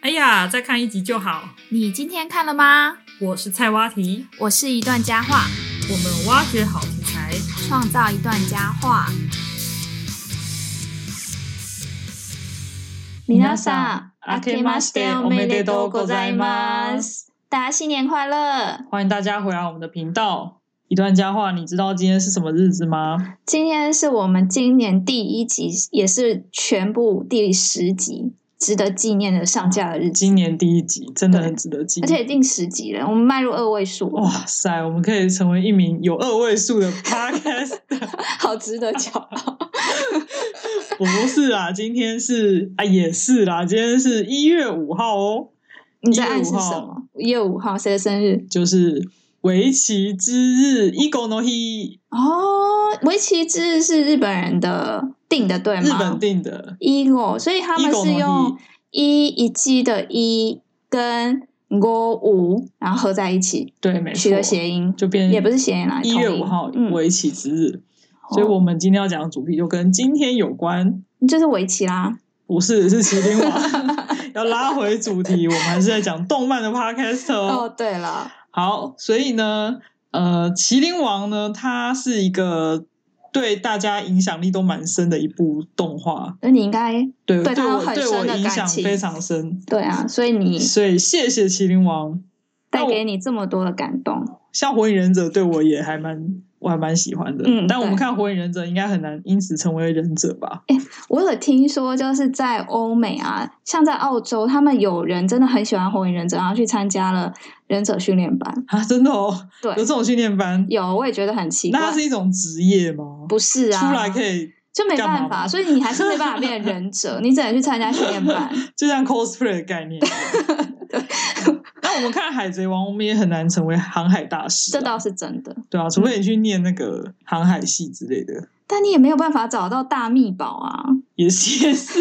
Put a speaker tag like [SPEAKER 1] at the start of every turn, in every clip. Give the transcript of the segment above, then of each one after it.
[SPEAKER 1] 哎呀，再看一集就好。
[SPEAKER 2] 你今天看了吗？
[SPEAKER 1] 我是菜蛙题，
[SPEAKER 2] 我是一段佳话，
[SPEAKER 1] 我们挖掘好题材。
[SPEAKER 2] 创造一段佳话。
[SPEAKER 3] 皆さん、明けましておめでとうございます。
[SPEAKER 2] 大家新年快乐！
[SPEAKER 3] 欢迎大家回来我们的频道。一段佳话，你知道今天是什么日子吗？
[SPEAKER 2] 今天是我们今年第一集，也是全部第十集，值得纪念的上架的日子，
[SPEAKER 3] 今年第一集，真的
[SPEAKER 2] 对
[SPEAKER 3] 很值得纪
[SPEAKER 2] 而且
[SPEAKER 3] 念。
[SPEAKER 2] 已经十集了，我们迈入二位数了，
[SPEAKER 3] 哇塞，我们可以成为一名有二位数的 podcast。
[SPEAKER 2] 好值得骄傲。
[SPEAKER 3] 不是啦，今天是啊，也是啦，今天是一月五号哦，
[SPEAKER 2] 你在暗
[SPEAKER 3] 1
[SPEAKER 2] 示
[SPEAKER 3] 月5号
[SPEAKER 2] 什么？ 一月五号谁的生日？
[SPEAKER 3] 就是围棋之日 i g o no hi，
[SPEAKER 2] 哦，围棋之日是日本人的定的，对吗？
[SPEAKER 3] 日本定哦的。
[SPEAKER 2] ego，所以他们
[SPEAKER 3] Eagle
[SPEAKER 2] 是
[SPEAKER 3] 呢
[SPEAKER 2] 用一一季的一跟 go 五，然后合在一起
[SPEAKER 3] 对，没错，
[SPEAKER 2] 取个谐音，
[SPEAKER 3] 就变
[SPEAKER 2] 也不是谐音啦，
[SPEAKER 3] 一月
[SPEAKER 2] 同音
[SPEAKER 3] 五号
[SPEAKER 2] 嗯，
[SPEAKER 3] 围棋之日，所以我们今天要讲的主题就跟今天有关。
[SPEAKER 2] 就是围棋啦。
[SPEAKER 3] 不是，是麒麟 王。要拉回主题，我们还是在讲动漫的 podcast
[SPEAKER 2] 哦，
[SPEAKER 3] 哦。
[SPEAKER 2] 对了，
[SPEAKER 3] 好，所以呢，呃，麒麟王呢，它是一个对大家影响力都蛮深的一部动画，
[SPEAKER 2] 那你应该
[SPEAKER 3] 对
[SPEAKER 2] 对它有
[SPEAKER 3] 我
[SPEAKER 2] 很
[SPEAKER 3] 对
[SPEAKER 2] 深
[SPEAKER 3] 我
[SPEAKER 2] 的
[SPEAKER 3] 影
[SPEAKER 2] 感
[SPEAKER 3] 响
[SPEAKER 2] 情
[SPEAKER 3] 非常深。
[SPEAKER 2] 对啊，所以你
[SPEAKER 3] 所以谢谢麒麟王，
[SPEAKER 2] 带给你这么多的感动，
[SPEAKER 3] 像火影忍者对我也还蛮。我还蛮喜欢的，
[SPEAKER 2] 嗯
[SPEAKER 3] 但我们
[SPEAKER 2] 对
[SPEAKER 3] 看《火影忍者》应该很难因此成为忍者吧？
[SPEAKER 2] 我有听说，就是在欧美啊，像在澳洲，他们有人真的很喜欢火影忍者，然后去参加了忍者训练班。
[SPEAKER 3] 啊，真的哦，
[SPEAKER 2] 对
[SPEAKER 3] 有，这种训练班，
[SPEAKER 2] 有，我也觉得很奇
[SPEAKER 3] 那
[SPEAKER 2] 怪
[SPEAKER 3] 它。是一种职业吗？
[SPEAKER 2] 不是啊，
[SPEAKER 3] 出来可以
[SPEAKER 2] 就没
[SPEAKER 3] 干嘛
[SPEAKER 2] 办
[SPEAKER 3] 吗
[SPEAKER 2] 法，所以你还是没办法变 忍者，你只能去参加训练班。
[SPEAKER 3] 就像 cosplay 的概念 一样。那我们看《海贼王》，我们也很难成为航海大师、啊，
[SPEAKER 2] 这倒是真的，哦嗯
[SPEAKER 3] 对啊，除非你去念那个航海系之类的，
[SPEAKER 2] 但你也没有办法找到大秘宝啊。
[SPEAKER 3] 也是也 是。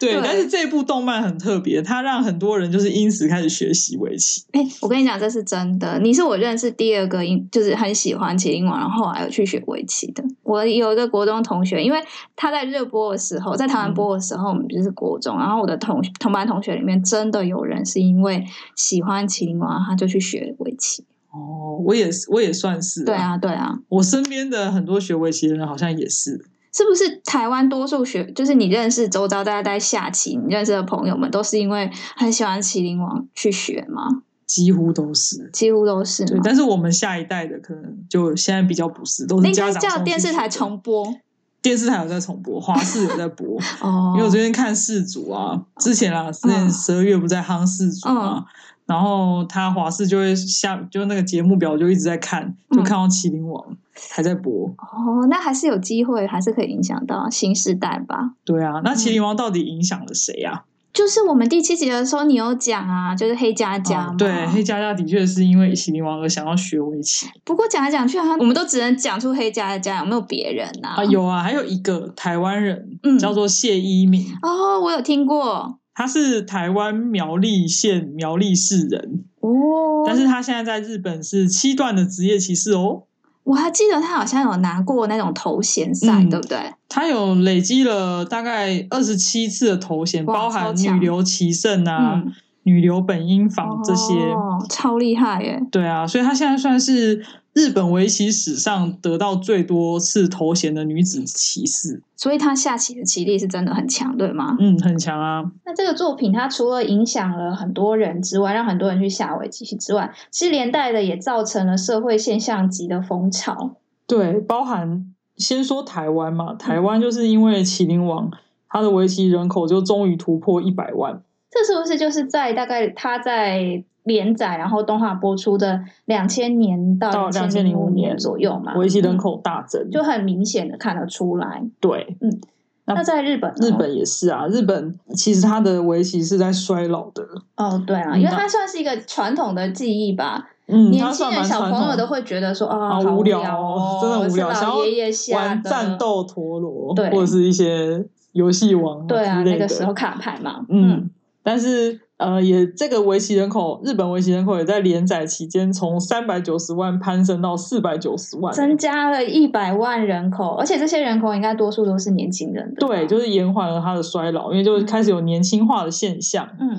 [SPEAKER 3] 对，
[SPEAKER 2] 对
[SPEAKER 3] 但是这部动漫很特别，它让很多人就是因此开始学习围棋。
[SPEAKER 2] 哎、我跟你讲，这是真的。你是我认识第二个，因就是很喜欢麒麟王，然后后来有去学围棋的。我有一个国中同学，因为他在热播的时候，在台
[SPEAKER 3] 嗯
[SPEAKER 2] 湾播的时候，我们就是国中。然后我的同同班同学里面，真的有人是因为喜欢麒麟王，他就去学围棋。
[SPEAKER 3] 哦，我也是，我也算是、
[SPEAKER 2] 对，啊，对啊，
[SPEAKER 3] 我身边的很多学围棋的人好像也是。
[SPEAKER 2] 是不是台湾多数学就是你认识周遭大家在下棋，你认识的朋友们都是因为很喜欢麒麟王去学吗？
[SPEAKER 3] 几乎都是，
[SPEAKER 2] 几乎都是
[SPEAKER 3] 对，
[SPEAKER 2] 吗。
[SPEAKER 3] 但是我们下一代的可能就现在比较不是，都
[SPEAKER 2] 那
[SPEAKER 3] 是
[SPEAKER 2] 应
[SPEAKER 3] 家
[SPEAKER 2] 该
[SPEAKER 3] 长
[SPEAKER 2] 叫
[SPEAKER 3] 送
[SPEAKER 2] 电
[SPEAKER 3] 去
[SPEAKER 2] 视
[SPEAKER 3] 学
[SPEAKER 2] 台
[SPEAKER 3] 的
[SPEAKER 2] 重播
[SPEAKER 3] 电视台有在重 播，华视有在播，
[SPEAKER 2] 哦嗯
[SPEAKER 3] 因为我最近看世祖啊，之前啊，之前十二月不在夯世祖嘛，然后他华视就会下，就那个节目表就一直在看，就
[SPEAKER 2] 嗯
[SPEAKER 3] 看到麒麟王、还在播。
[SPEAKER 2] 哦，那还是有机会，还是可以影响到新时代吧。
[SPEAKER 3] 对啊，
[SPEAKER 2] 嗯
[SPEAKER 3] 那麒麟王到底影响了谁啊？
[SPEAKER 2] 就是我们第七集的时候，你有讲啊，就是黑加加、
[SPEAKER 3] 哦对，黑。加加的确是因为麒麟王而想要学围棋
[SPEAKER 2] 不过讲来讲去，好像我们都只能讲出黑加加，有没有别人啊？
[SPEAKER 3] 啊。有啊，还有一个台湾人、
[SPEAKER 2] 嗯
[SPEAKER 3] 叫做谢依敏，
[SPEAKER 2] 哦，我有听过
[SPEAKER 3] 他是台湾苗栗县苗栗市人，
[SPEAKER 2] 哦，
[SPEAKER 3] 但是他现在在日本是七段的职业骑士哦。
[SPEAKER 2] 我还记得他好像有拿过那种头衔赛，
[SPEAKER 3] 嗯
[SPEAKER 2] 对不对？
[SPEAKER 3] 他有累积了大概二十七次的头衔，
[SPEAKER 2] 哇
[SPEAKER 3] 包
[SPEAKER 2] 超
[SPEAKER 3] 含
[SPEAKER 2] 强
[SPEAKER 3] 女流棋圣啊、
[SPEAKER 2] 嗯，
[SPEAKER 3] 女流本因坊这些。
[SPEAKER 2] 哦，超厉害耶！
[SPEAKER 3] 对啊，所以她现在算是日本围棋史上得到最多次头衔的女子棋士。
[SPEAKER 2] 所以他下棋的棋力是真的很强，对吗？
[SPEAKER 3] 嗯，很强啊。
[SPEAKER 2] 那这个作品，它除了影响了很多人之外，让很多人去下围棋之外，其实连带的也造成了社会现象级的风潮。
[SPEAKER 3] 对，包含先说台湾嘛，台湾就是因为麒麟王，他的围棋人口就终于突破一百万。
[SPEAKER 2] 这是不是就是在大概他在连载，然后动画播出的两千年到
[SPEAKER 3] 到
[SPEAKER 2] 两
[SPEAKER 3] 2005
[SPEAKER 2] 零五
[SPEAKER 3] 年
[SPEAKER 2] 左右嘛？嗯
[SPEAKER 3] 围棋人口大增，
[SPEAKER 2] 啊就很明显的看得出来。
[SPEAKER 3] 对，那
[SPEAKER 2] 那在日本呢，
[SPEAKER 3] 日本也是啊。日本其实它的围棋是在衰老的，
[SPEAKER 2] 哦，对啊，
[SPEAKER 3] 嗯
[SPEAKER 2] 因为
[SPEAKER 3] 那
[SPEAKER 2] 它算是一个传统的技艺吧，
[SPEAKER 3] 嗯，
[SPEAKER 2] 年
[SPEAKER 3] 他
[SPEAKER 2] 轻
[SPEAKER 3] 算
[SPEAKER 2] 人
[SPEAKER 3] 蛮
[SPEAKER 2] 小
[SPEAKER 3] 传
[SPEAKER 2] 朋友
[SPEAKER 3] 统
[SPEAKER 2] 都会觉得说啊，
[SPEAKER 3] 好
[SPEAKER 2] 好
[SPEAKER 3] 无
[SPEAKER 2] 聊
[SPEAKER 3] 聊
[SPEAKER 2] 哦，
[SPEAKER 3] 真的很无聊，
[SPEAKER 2] 是
[SPEAKER 3] 想要
[SPEAKER 2] 老爷爷下
[SPEAKER 3] 玩
[SPEAKER 2] 的
[SPEAKER 3] 战斗陀螺，
[SPEAKER 2] 对
[SPEAKER 3] 或者是一些游戏王
[SPEAKER 2] 对啊，
[SPEAKER 3] 之
[SPEAKER 2] 那
[SPEAKER 3] 类
[SPEAKER 2] 个嗯
[SPEAKER 3] 的嗯
[SPEAKER 2] 时候卡牌嘛，
[SPEAKER 3] 嗯，但是呃，也这个围棋人口，日本围棋人口也在连载期间从三百九十万攀升到四百九十万，
[SPEAKER 2] 增加了一百万人口，而且这些人口应该多数都是年轻人的吧。
[SPEAKER 3] 对，就是延缓了它的衰老，因为就开始有年轻化的现象。
[SPEAKER 2] 嗯，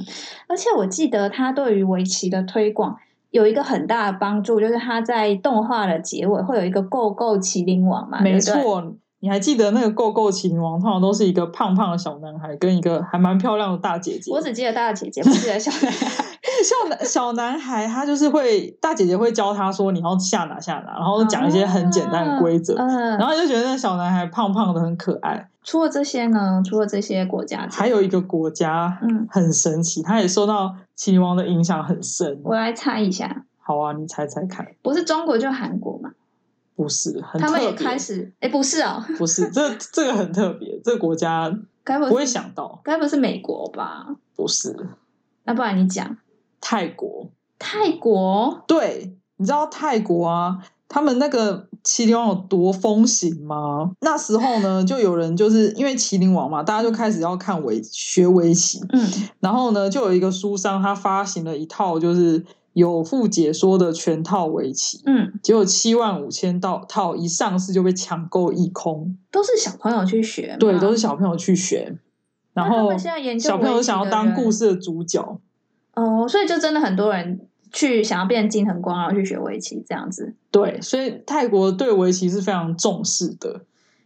[SPEAKER 2] 而且我记得他对于围棋的推广有一个很大的帮助，就是他在动画的结尾会有一个“够够麒麟王”嘛，
[SPEAKER 3] 没
[SPEAKER 2] 对不对，
[SPEAKER 3] 错，你还记得那个《够够麒麟王》通常都是一个胖胖的小男孩跟一个还蛮漂亮的大姐姐。
[SPEAKER 2] 我只记得大姐姐，不记得小 男孩。
[SPEAKER 3] 小男 小男孩他就是会大姐姐会教他说你要下哪下哪，然后讲一些很简单的规则，
[SPEAKER 2] 嗯、
[SPEAKER 3] 然后就觉得那小男孩胖胖的很可爱。
[SPEAKER 2] 除了这些呢，除了这些国家之外，
[SPEAKER 3] 还有一个国家
[SPEAKER 2] 嗯，
[SPEAKER 3] 很神奇，他也受到麒麟王的影响很深。
[SPEAKER 2] 我来猜一下，
[SPEAKER 3] 好啊，你猜猜看，
[SPEAKER 2] 不是中国就韩国嘛？
[SPEAKER 3] 不是很
[SPEAKER 2] 他们
[SPEAKER 3] 特
[SPEAKER 2] 也
[SPEAKER 3] 别
[SPEAKER 2] 开，始，哎，不是哦，
[SPEAKER 3] 不是这这个很特别，这个国家
[SPEAKER 2] 该不
[SPEAKER 3] 不会
[SPEAKER 2] 是
[SPEAKER 3] 想到，
[SPEAKER 2] 该不是美国吧？
[SPEAKER 3] 不是
[SPEAKER 2] 那不然你讲
[SPEAKER 3] 泰国。
[SPEAKER 2] 泰国？
[SPEAKER 3] 对，你知道泰国啊，他们那个麒麟王有多风行吗？那时候呢，就有人就是因为麒麟王嘛，大家就开始要看围学围棋，
[SPEAKER 2] 嗯
[SPEAKER 3] 然后呢，就有一个书商他发行了一套就是有附解说的全套围棋，
[SPEAKER 2] 嗯，
[SPEAKER 3] 结果七万五千套套一上市就被抢购一空，
[SPEAKER 2] 都是小朋友去学嘛，
[SPEAKER 3] 对，都是小朋友去学，然
[SPEAKER 2] 那他
[SPEAKER 3] 后
[SPEAKER 2] 们现在研究
[SPEAKER 3] 小朋友
[SPEAKER 2] 围棋
[SPEAKER 3] 想要
[SPEAKER 2] 的
[SPEAKER 3] 当
[SPEAKER 2] 人
[SPEAKER 3] 故事的主角，
[SPEAKER 2] 哦，所以就真的很多人去想要变金衡光，然后去学围棋这样子。
[SPEAKER 3] 对，所以泰国对围棋是非常重视的。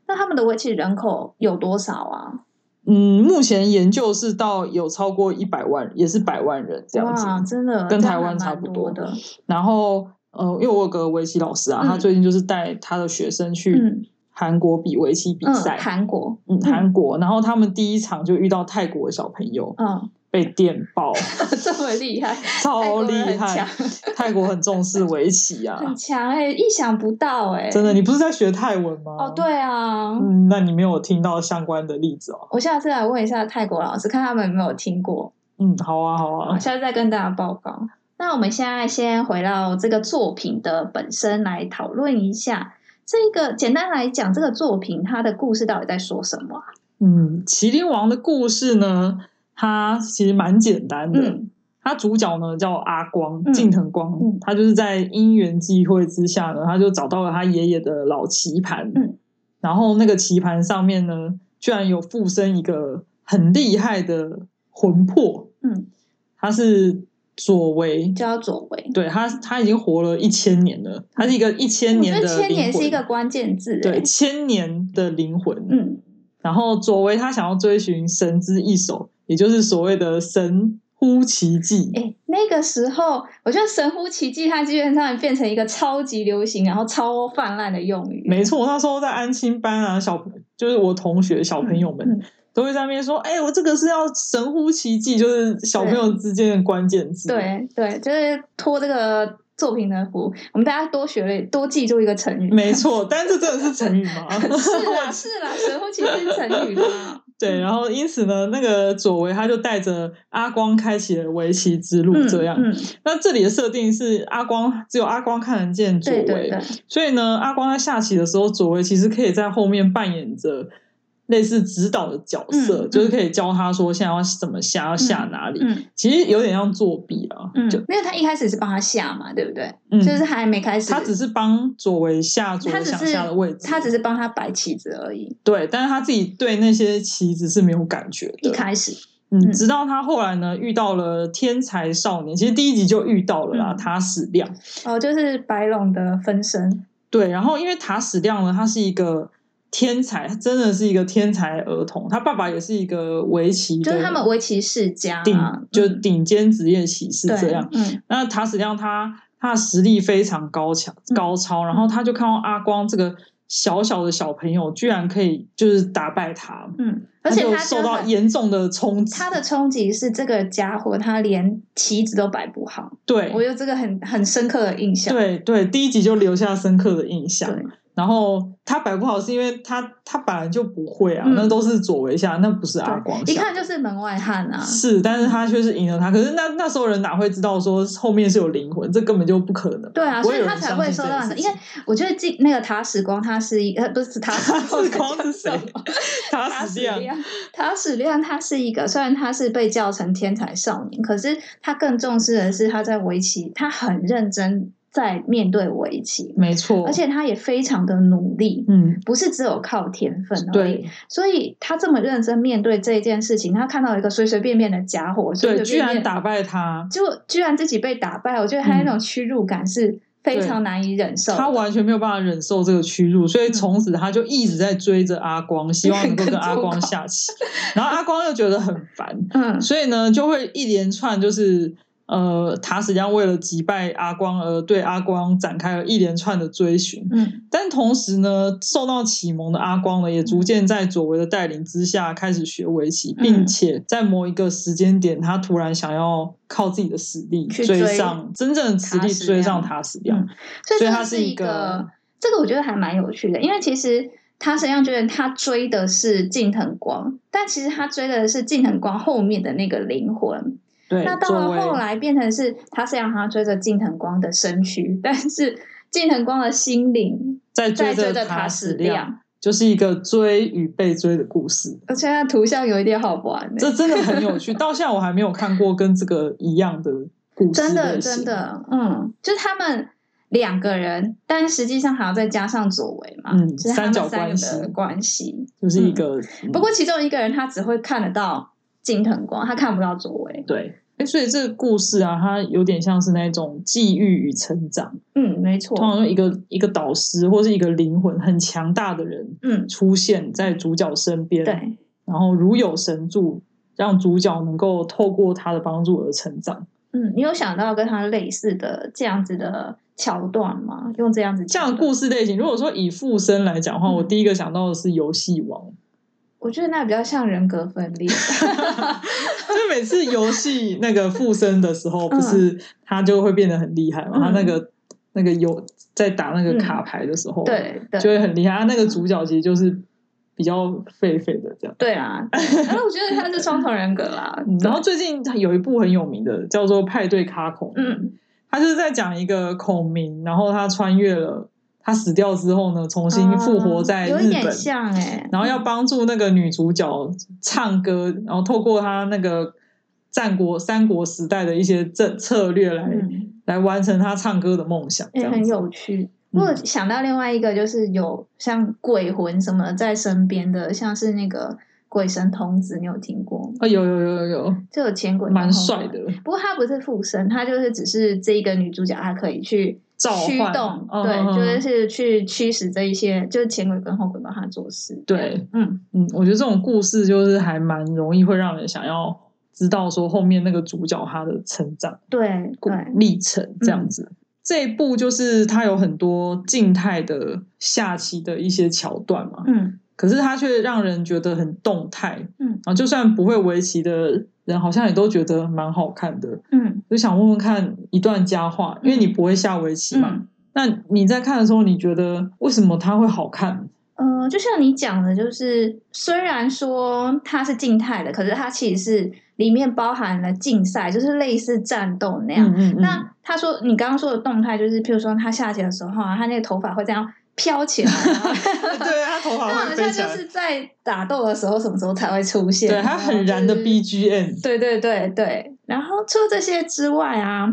[SPEAKER 2] 那他们的围棋人口有多少啊？
[SPEAKER 3] 嗯，目前研究是到有超过一百万，也是百万人这样子。
[SPEAKER 2] 哇，真的
[SPEAKER 3] 跟
[SPEAKER 2] 这样
[SPEAKER 3] 台湾
[SPEAKER 2] 还
[SPEAKER 3] 差
[SPEAKER 2] 蛮
[SPEAKER 3] 不
[SPEAKER 2] 多
[SPEAKER 3] 多
[SPEAKER 2] 的。
[SPEAKER 3] 然后，呃，因为我有个围棋老师啊，
[SPEAKER 2] 嗯
[SPEAKER 3] 他最近就是带他的学生去
[SPEAKER 2] 嗯
[SPEAKER 3] 韩国比围棋比
[SPEAKER 2] 嗯，
[SPEAKER 3] 赛，
[SPEAKER 2] 韩国，
[SPEAKER 3] 嗯，韩国。然后他们第一场就遇到泰国的小朋友，
[SPEAKER 2] 嗯，
[SPEAKER 3] 被电爆，
[SPEAKER 2] 这么厉害，
[SPEAKER 3] 超厉
[SPEAKER 2] 泰国人很
[SPEAKER 3] 害
[SPEAKER 2] 强。
[SPEAKER 3] 泰国很重视围棋啊
[SPEAKER 2] 很，强哎、意想不到哎、
[SPEAKER 3] 真的。你不是在学泰文吗？
[SPEAKER 2] 哦，。对啊。
[SPEAKER 3] 嗯，那你没有听到相关的例子哦。
[SPEAKER 2] 我下次来问一下泰国老师，看他们有没有听过。
[SPEAKER 3] 嗯，好啊，好
[SPEAKER 2] 我
[SPEAKER 3] 啊。
[SPEAKER 2] 下次再跟大家报告。那我们现在先回到这个作品的本身来讨论一下。这个简单来讲，这个作品它的故事到底在说什么啊？
[SPEAKER 3] 嗯，麒麟王的故事呢，它其实蛮简单的。
[SPEAKER 2] 嗯
[SPEAKER 3] 他主角呢叫阿光
[SPEAKER 2] 嗯，
[SPEAKER 3] 近藤光，
[SPEAKER 2] 嗯
[SPEAKER 3] 他就是在因缘际会之下呢，他就找到了他爷爷的老棋盘，
[SPEAKER 2] 嗯
[SPEAKER 3] 然后那个棋盘上面呢，居然有附身一个很厉害的魂魄，
[SPEAKER 2] 嗯，
[SPEAKER 3] 他是左为，
[SPEAKER 2] 叫左为。
[SPEAKER 3] 对他他已经活了一千年了，他是一个一千
[SPEAKER 2] 嗯我
[SPEAKER 3] 年
[SPEAKER 2] 觉
[SPEAKER 3] 的灵魂，
[SPEAKER 2] 得千年是一个关键字、欸。
[SPEAKER 3] 对，千年的灵魂，
[SPEAKER 2] 嗯
[SPEAKER 3] 然后左为他想要追寻神之一手，也就是所谓的神乎其技，
[SPEAKER 2] 哎、那个时候我觉得“神乎其技”它基本上变成一个超级流行，然后超泛滥的用语。
[SPEAKER 3] 没错，那时候在安亲班啊，小就是我同学小朋友们、
[SPEAKER 2] 嗯
[SPEAKER 3] 都会在那边说：“哎、我这个是要神乎其技，就是小朋友之间的关键字。”，
[SPEAKER 2] 对对，就是托这个作品的福，我们大家多学了，多记住一个成语。
[SPEAKER 3] 没错。但这真的是成语吗？
[SPEAKER 2] 是 啊啦是啦，神乎其技是成语啦。
[SPEAKER 3] 对。然后因此呢，那个左为他就带着阿光开启了围棋之路，这样。
[SPEAKER 2] 嗯，嗯
[SPEAKER 3] 那这里的设定是阿光只有阿光看得见左为，
[SPEAKER 2] 对对对，
[SPEAKER 3] 所以呢，阿光在下棋的时候，左为其实可以在后面扮演着类似指导的角色，
[SPEAKER 2] 嗯
[SPEAKER 3] 就是可以教他说现在要怎么下，要下哪里。
[SPEAKER 2] 嗯
[SPEAKER 3] 其实有点像作弊啊，
[SPEAKER 2] 嗯
[SPEAKER 3] 就，
[SPEAKER 2] 没有，他一开始是帮他下嘛，对不对？
[SPEAKER 3] 嗯，
[SPEAKER 2] 就是还没开始，
[SPEAKER 3] 他只是帮左为下左
[SPEAKER 2] 他
[SPEAKER 3] 为
[SPEAKER 2] 只
[SPEAKER 3] 想
[SPEAKER 2] 是
[SPEAKER 3] 下的位置，
[SPEAKER 2] 他只是帮他摆棋子而已。
[SPEAKER 3] 对，但是他自己对那些棋子是没有感觉
[SPEAKER 2] 一
[SPEAKER 3] 的。
[SPEAKER 2] 开始，嗯
[SPEAKER 3] 嗯，直到他后来呢遇到了天才少年，其实第一集就遇到了啦，
[SPEAKER 2] 嗯
[SPEAKER 3] 塔矢亮。
[SPEAKER 2] 哦，就是白龙的分身，
[SPEAKER 3] 对，然后因为塔矢亮呢，他是一个天才，他真的是一个天才儿童。他爸爸也是一个围棋的，
[SPEAKER 2] 就是他们围棋世家
[SPEAKER 3] 顶
[SPEAKER 2] 啊，
[SPEAKER 3] 就
[SPEAKER 2] 嗯
[SPEAKER 3] 顶尖职业棋士
[SPEAKER 2] 对，
[SPEAKER 3] 这样。
[SPEAKER 2] 嗯
[SPEAKER 3] 那塔矢亮他他的实力非常高强
[SPEAKER 2] 嗯
[SPEAKER 3] 高超，然后他就看到阿光这个小小的小朋友，居然可以就是打败他，
[SPEAKER 2] 嗯，而且
[SPEAKER 3] 他就
[SPEAKER 2] 他
[SPEAKER 3] 受
[SPEAKER 2] 就
[SPEAKER 3] 到
[SPEAKER 2] 很
[SPEAKER 3] 严重的冲击。
[SPEAKER 2] 他的冲击是这个家伙他连棋子都摆不好，
[SPEAKER 3] 对
[SPEAKER 2] 我有这个很很深刻的印象。
[SPEAKER 3] 对对，第一集就留下深刻的印象。
[SPEAKER 2] 对
[SPEAKER 3] 然后他摆不好是因为他他本来就不会啊，
[SPEAKER 2] 嗯
[SPEAKER 3] 那都是左为下，那不是阿光
[SPEAKER 2] 对，一
[SPEAKER 3] 下。
[SPEAKER 2] 看就是门外汉啊。
[SPEAKER 3] 是，但是他却是赢了他。可是那那时候人哪会知道说后面是有灵魂？这根本就不可能嘛。
[SPEAKER 2] 对啊，
[SPEAKER 3] 不
[SPEAKER 2] 所
[SPEAKER 3] 会有
[SPEAKER 2] 以
[SPEAKER 3] 人
[SPEAKER 2] 他才
[SPEAKER 3] 相
[SPEAKER 2] 会
[SPEAKER 3] 信
[SPEAKER 2] 受
[SPEAKER 3] 这件
[SPEAKER 2] 到
[SPEAKER 3] 事
[SPEAKER 2] 的。因
[SPEAKER 3] 情
[SPEAKER 2] 为我觉得进那个塔史光，他是一 个呃不是塔史
[SPEAKER 3] 塔
[SPEAKER 2] 光
[SPEAKER 3] 史光是谁？塔
[SPEAKER 2] 塔
[SPEAKER 3] 史
[SPEAKER 2] 史
[SPEAKER 3] 亮
[SPEAKER 2] 亮，塔史亮他是一个，虽然他是被叫成天才少年，可是他更重视的是他在围棋，他很认真在面对围棋，
[SPEAKER 3] 没错，
[SPEAKER 2] 而且他也非常的努力，
[SPEAKER 3] 嗯，
[SPEAKER 2] 不是只有靠天分而已。
[SPEAKER 3] 对
[SPEAKER 2] 所以他这么认真面对这件事情，他看到一个随随便便的家伙，随
[SPEAKER 3] 对，
[SPEAKER 2] 随
[SPEAKER 3] 居
[SPEAKER 2] 便
[SPEAKER 3] 然
[SPEAKER 2] 便
[SPEAKER 3] 打败他，
[SPEAKER 2] 就居然自己被打败，我觉得他那种屈辱感是非常难以忍受的。
[SPEAKER 3] 他完全没有办法忍受这个屈辱，所以从此他就一直在追着阿光，希望能够跟阿光下棋。然后阿光又觉得很烦，
[SPEAKER 2] 嗯，
[SPEAKER 3] 所以呢，就会一连串就是呃，塔史亮为了击败阿光而对阿光展开了一连串的追寻。
[SPEAKER 2] 嗯，
[SPEAKER 3] 但同时呢，受到启蒙的阿光呢，也逐渐在左为的带领之下开始学围棋，
[SPEAKER 2] 嗯
[SPEAKER 3] 并且在某一个时间点，他突然想要靠自己的实力
[SPEAKER 2] 去追
[SPEAKER 3] 追上真正的实力，
[SPEAKER 2] 塔史亮嗯
[SPEAKER 3] 追上塔史亮。
[SPEAKER 2] 所以
[SPEAKER 3] 所以
[SPEAKER 2] 这
[SPEAKER 3] 他
[SPEAKER 2] 个
[SPEAKER 3] 是
[SPEAKER 2] 是
[SPEAKER 3] 一
[SPEAKER 2] 一
[SPEAKER 3] 个
[SPEAKER 2] 个，这个我觉得还蛮有趣的，因为其实他实际上觉得他追的是近藤光，但其实他追的是近藤光后面的那个灵魂。
[SPEAKER 3] 对，
[SPEAKER 2] 那到
[SPEAKER 3] 左
[SPEAKER 2] 了
[SPEAKER 3] 为
[SPEAKER 2] 后来变成是他实际上他追着近藤光的身躯，但是近藤光的心灵
[SPEAKER 3] 在
[SPEAKER 2] 在
[SPEAKER 3] 追
[SPEAKER 2] 追
[SPEAKER 3] 着
[SPEAKER 2] 着塔
[SPEAKER 3] 史
[SPEAKER 2] 矢亮
[SPEAKER 3] 亮。。就是一个追与被追的故事，
[SPEAKER 2] 我觉得图像有一点好玩、欸，
[SPEAKER 3] 这真的很有趣。到现在我还没有看过跟这个一样的故事
[SPEAKER 2] 真的
[SPEAKER 3] 类型
[SPEAKER 2] 真，的，嗯，就是他们两个人，但实际上还要再加上左为嘛，
[SPEAKER 3] 嗯
[SPEAKER 2] 就是他
[SPEAKER 3] 三
[SPEAKER 2] 们
[SPEAKER 3] 角
[SPEAKER 2] 三个
[SPEAKER 3] 关系
[SPEAKER 2] 的关系。
[SPEAKER 3] 就是一个、嗯
[SPEAKER 2] 不过其中一个人他只会看得到金藤光，他看不到左为。
[SPEAKER 3] 对。哎，所以这个故事啊，它有点像是那种际遇与成长，
[SPEAKER 2] 嗯，没
[SPEAKER 3] 通常
[SPEAKER 2] 错，
[SPEAKER 3] 用一个一个导师或是一个灵魂很强大的人
[SPEAKER 2] 嗯，
[SPEAKER 3] 出现在主角身边，，
[SPEAKER 2] 对，
[SPEAKER 3] 然后如有神助，让主角能够透过他的帮助而成长。
[SPEAKER 2] 嗯，你有想到跟他类似的这样子的桥段吗？用这样子
[SPEAKER 3] 这样的
[SPEAKER 2] 故，
[SPEAKER 3] 故事类型，如果说以附身来讲的话，
[SPEAKER 2] 嗯
[SPEAKER 3] 我第一个想到的是游戏王，
[SPEAKER 2] 我觉得那比较像人格分 裂。
[SPEAKER 3] 就每次游戏那个附身的时候，不是他就会变得很厉害嘛？
[SPEAKER 2] 嗯
[SPEAKER 3] 他那个那个有在打那个卡牌的时候，，
[SPEAKER 2] 对对
[SPEAKER 3] 就会很厉害。他啊那个主角其实就是比较废废的这样。。
[SPEAKER 2] 对啊，对 然后我觉得他是双重人格啦
[SPEAKER 3] 然后最近有一部很有名的叫做《派对卡孔明》，
[SPEAKER 2] 嗯，
[SPEAKER 3] 他就是在讲一个孔明，然后他穿越了，他死掉之后呢，重新复活在
[SPEAKER 2] 哦有
[SPEAKER 3] 日
[SPEAKER 2] 一
[SPEAKER 3] 本，
[SPEAKER 2] 点像哎，
[SPEAKER 3] 然后要帮助那个女主角唱歌，然后透过他那个战国三国时代的一些政策略来、
[SPEAKER 2] 嗯。
[SPEAKER 3] 来完成他唱歌的梦想，这
[SPEAKER 2] 也
[SPEAKER 3] 样
[SPEAKER 2] 很
[SPEAKER 3] 子。嗯
[SPEAKER 2] 有趣。我有想到另外一个，就是有像鬼魂什么在身边的，像是那个鬼神童子，你有听过吗？
[SPEAKER 3] 啊、有有有有有，
[SPEAKER 2] 就有前鬼
[SPEAKER 3] 蛮
[SPEAKER 2] 跟后鬼
[SPEAKER 3] 帅。的，
[SPEAKER 2] 不过他不是附身，他就是只是这一个女主角，她可以去
[SPEAKER 3] 召唤
[SPEAKER 2] 驱动，
[SPEAKER 3] 嗯
[SPEAKER 2] 对，
[SPEAKER 3] 嗯嗯
[SPEAKER 2] 就是去驱使这一些，就是前鬼跟后鬼帮她做事。
[SPEAKER 3] 对，
[SPEAKER 2] 嗯，
[SPEAKER 3] 嗯，我觉得这种故事就是还蛮容易会让人想要知道说后面那个主角他的成长。
[SPEAKER 2] 对
[SPEAKER 3] 故
[SPEAKER 2] 对，嗯
[SPEAKER 3] 历程这样子。这一部就是它有很多静态的下棋的一些桥段嘛，
[SPEAKER 2] 嗯
[SPEAKER 3] 可是它却让人觉得很动态。
[SPEAKER 2] 嗯
[SPEAKER 3] 然后就算不会围棋的人，好像也都觉得蛮好看的。
[SPEAKER 2] 嗯
[SPEAKER 3] 就想问问看一段佳话，因为你不会下围棋嘛，
[SPEAKER 2] 嗯。
[SPEAKER 3] 那你在看的时候，你觉得为什么它会好看？
[SPEAKER 2] 呃，就像你讲的，就是虽然说它是静态的，可是它其实是里面包含了竞赛，就是类似战斗那样。
[SPEAKER 3] 嗯嗯嗯，
[SPEAKER 2] 哎那他说你刚刚说的动态，就是譬如说他下棋的时候啊，他那个头发会这样飘 起来啊，
[SPEAKER 3] 对他头发
[SPEAKER 2] 他
[SPEAKER 3] 哦会
[SPEAKER 2] 好
[SPEAKER 3] 飞
[SPEAKER 2] 像
[SPEAKER 3] 起
[SPEAKER 2] 就
[SPEAKER 3] 来，
[SPEAKER 2] 是在打斗的时候什么时候才会出现，
[SPEAKER 3] 对他很燃的
[SPEAKER 2] 然后就是
[SPEAKER 3] BGM，
[SPEAKER 2] 对啊对对对，然后除了这些之外啊，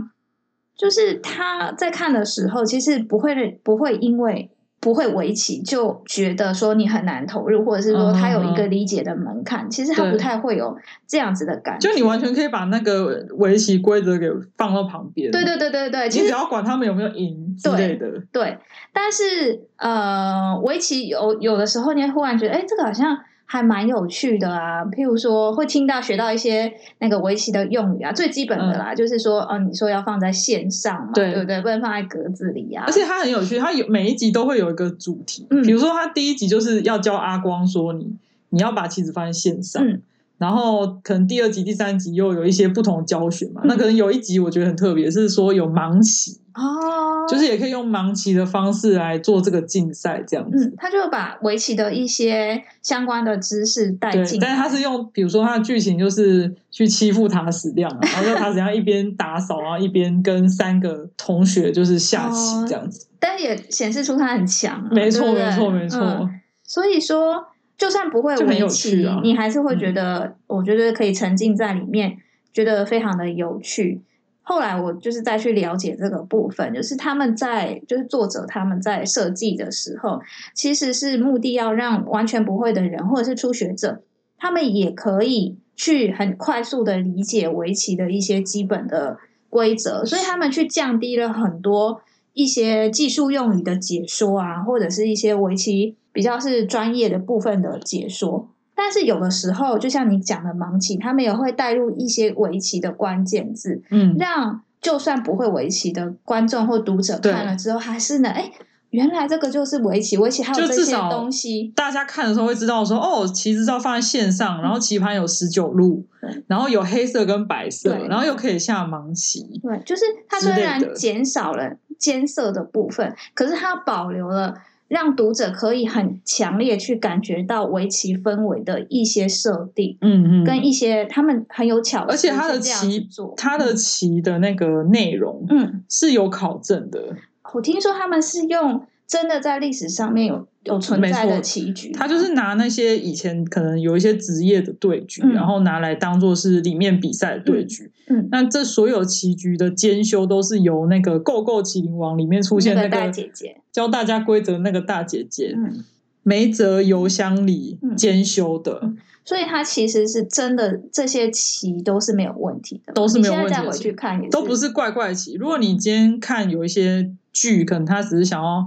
[SPEAKER 2] 就是他在看的时候，其实不会不会因为不会围棋就觉得说你很难投入，或者是说他有一个理解的门槛，其实他
[SPEAKER 3] 嗯
[SPEAKER 2] 不
[SPEAKER 3] 对
[SPEAKER 2] 太会有这样子的感觉。
[SPEAKER 3] 就你完全可以把那个围棋规则给放到旁边。
[SPEAKER 2] 对对对对对，
[SPEAKER 3] 你
[SPEAKER 2] 其
[SPEAKER 3] 只
[SPEAKER 2] 实
[SPEAKER 3] 要管他们有没有赢之类的，
[SPEAKER 2] 对，但是呃，围棋有有的时候你会忽然觉得，哎，这个好像还蛮有趣的啊。譬如说，会听到学到一些那个围棋的用语啊，最基本的啦，就是说，哦，你说要放在线上嘛，
[SPEAKER 3] 嗯对
[SPEAKER 2] 对不对？不能放在格子里啊。
[SPEAKER 3] 而且它很有趣，它有每一集都会有一个主题，
[SPEAKER 2] 嗯
[SPEAKER 3] 比如说它第一集就是要教阿光说你你要把棋子放在线上。
[SPEAKER 2] 嗯
[SPEAKER 3] 然后可能第二集、第三集又有一些不同的教学嘛。
[SPEAKER 2] 嗯
[SPEAKER 3] 那可能有一集我觉得很特别，是说有盲棋，
[SPEAKER 2] 哦，
[SPEAKER 3] 就是也可以用盲棋的方式来做这个竞赛，这样子。
[SPEAKER 2] 嗯，他就把围棋的一些相关的知识带
[SPEAKER 3] 对
[SPEAKER 2] 进，来，
[SPEAKER 3] 但是他是用，比如说他的剧情就是去欺负塔矢亮啊，然后让塔矢亮一边打扫，然后一边跟三个同学就是下棋这样子。
[SPEAKER 2] 但也显示出他很强啊、
[SPEAKER 3] 没错，
[SPEAKER 2] 哦对不对
[SPEAKER 3] 没错，没错。
[SPEAKER 2] 嗯所以说，就算不会
[SPEAKER 3] 就很
[SPEAKER 2] 围
[SPEAKER 3] 有
[SPEAKER 2] 棋，
[SPEAKER 3] 趣啊
[SPEAKER 2] 你还是会觉得，我觉得可以沉浸在里面，觉得非常的有趣。后来我就是再去了解这个部分，就是他们在就是作者他们在设计的时候，其实是目的要让完全不会的人或者是初学者，他们也可以去很快速的理解围棋的一些基本的规则，所以他们去降低了很多一些技术用语的解说啊，或者是一些围棋比较是专业的部分的解说。但是有的时候，就像你讲的盲棋，他们也会带入一些围棋的关键字，
[SPEAKER 3] 嗯，
[SPEAKER 2] 让就算不会围棋的观众或读者
[SPEAKER 3] 对
[SPEAKER 2] 看了之后，还是能哎，原来这个就是围棋，围棋还有
[SPEAKER 3] 就
[SPEAKER 2] 这
[SPEAKER 3] 至
[SPEAKER 2] 些
[SPEAKER 3] 少
[SPEAKER 2] 东西。
[SPEAKER 3] 大家看的时候会知道说，哦，棋子照放在线上，然后棋盘有十九路
[SPEAKER 2] 嗯对，
[SPEAKER 3] 然后有黑色跟白色，
[SPEAKER 2] 对
[SPEAKER 3] 然后又可以下盲棋。
[SPEAKER 2] 对，就是它
[SPEAKER 3] 之
[SPEAKER 2] 虽
[SPEAKER 3] 类
[SPEAKER 2] 然
[SPEAKER 3] 的
[SPEAKER 2] 减少了艰涩的部分，可是它保留了让读者可以很强烈去感觉到围棋氛围的一些设定，
[SPEAKER 3] 嗯嗯，
[SPEAKER 2] 跟一些他们很有巧思，
[SPEAKER 3] 而且它的
[SPEAKER 2] 是这样去
[SPEAKER 3] 棋
[SPEAKER 2] 做，
[SPEAKER 3] 它的棋的那个内容
[SPEAKER 2] 嗯，
[SPEAKER 3] 是有考证的，
[SPEAKER 2] 我听说他们是用真的在历史上面有有存
[SPEAKER 3] 没
[SPEAKER 2] 在的
[SPEAKER 3] 错
[SPEAKER 2] 棋局，
[SPEAKER 3] 他就是拿那些以前可能有一些职业的对局，
[SPEAKER 2] 嗯
[SPEAKER 3] 然后拿来当做是里面比赛的对局。
[SPEAKER 2] 嗯
[SPEAKER 3] 那这所有棋局的监修都是由那个《够够麒麟王》里面出现
[SPEAKER 2] 那
[SPEAKER 3] 那
[SPEAKER 2] 个大
[SPEAKER 3] 个
[SPEAKER 2] 姐姐，
[SPEAKER 3] 教大家规则的那个大姐姐
[SPEAKER 2] 嗯，
[SPEAKER 3] 梅泽由香里
[SPEAKER 2] 嗯
[SPEAKER 3] 监修的
[SPEAKER 2] 嗯，所以它其实是真的这些棋都是没有问题的，
[SPEAKER 3] 都是没有
[SPEAKER 2] 你现在
[SPEAKER 3] 问
[SPEAKER 2] 再
[SPEAKER 3] 题的
[SPEAKER 2] 回去看也
[SPEAKER 3] 都不
[SPEAKER 2] 是
[SPEAKER 3] 是怪怪棋。如果你今天看有一些剧，可能他只是想要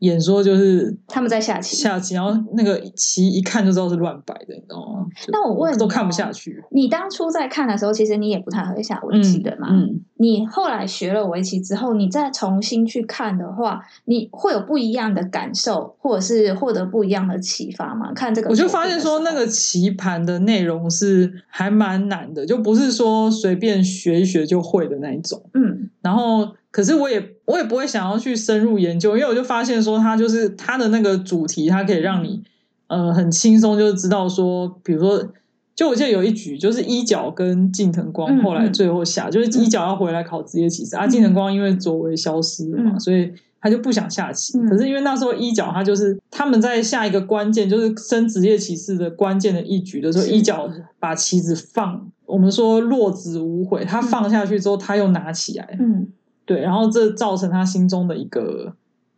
[SPEAKER 3] 演说就是
[SPEAKER 2] 他们在下棋，
[SPEAKER 3] 下棋，然后那个棋一看就知道是乱摆的，你知道吗？就
[SPEAKER 2] 那我问你
[SPEAKER 3] 都看不
[SPEAKER 2] 哦
[SPEAKER 3] 下去。
[SPEAKER 2] 你当初在看的时候，其实你也不太会下围棋，对吗？
[SPEAKER 3] 嗯，
[SPEAKER 2] 你后来学了围棋之后，你再重新去看的话，你会有不一样的感受，或者是获得不一样的启发吗？看这个
[SPEAKER 3] 我就
[SPEAKER 2] 作品的时候，
[SPEAKER 3] 发现说，那个棋盘的内容是还蛮难的，就不是说随便学一学就会的那一种。
[SPEAKER 2] 嗯，
[SPEAKER 3] 然后，可是我也我也不会想要去深入研究，因为我就发现说，它就是它的那个主题，它可以让你呃很轻松就知道说，比如说，就我记得有一局就是一角跟近藤光
[SPEAKER 2] 嗯
[SPEAKER 3] 后来
[SPEAKER 2] 嗯
[SPEAKER 3] 最后下，就是一角要回来考职业棋士、啊，近藤光因为左为消失了嘛，
[SPEAKER 2] 嗯
[SPEAKER 3] 所以。他就不想下棋，
[SPEAKER 2] 嗯
[SPEAKER 3] 可是因为那时候一角他就是他们在下一个关键，就是升职业骑士的关键的一局的时候，
[SPEAKER 2] 是
[SPEAKER 3] 一角把棋子放，我们说落子无悔，他放下去之后他又拿起来，
[SPEAKER 2] 嗯，
[SPEAKER 3] 对，然后这造成他心中的一个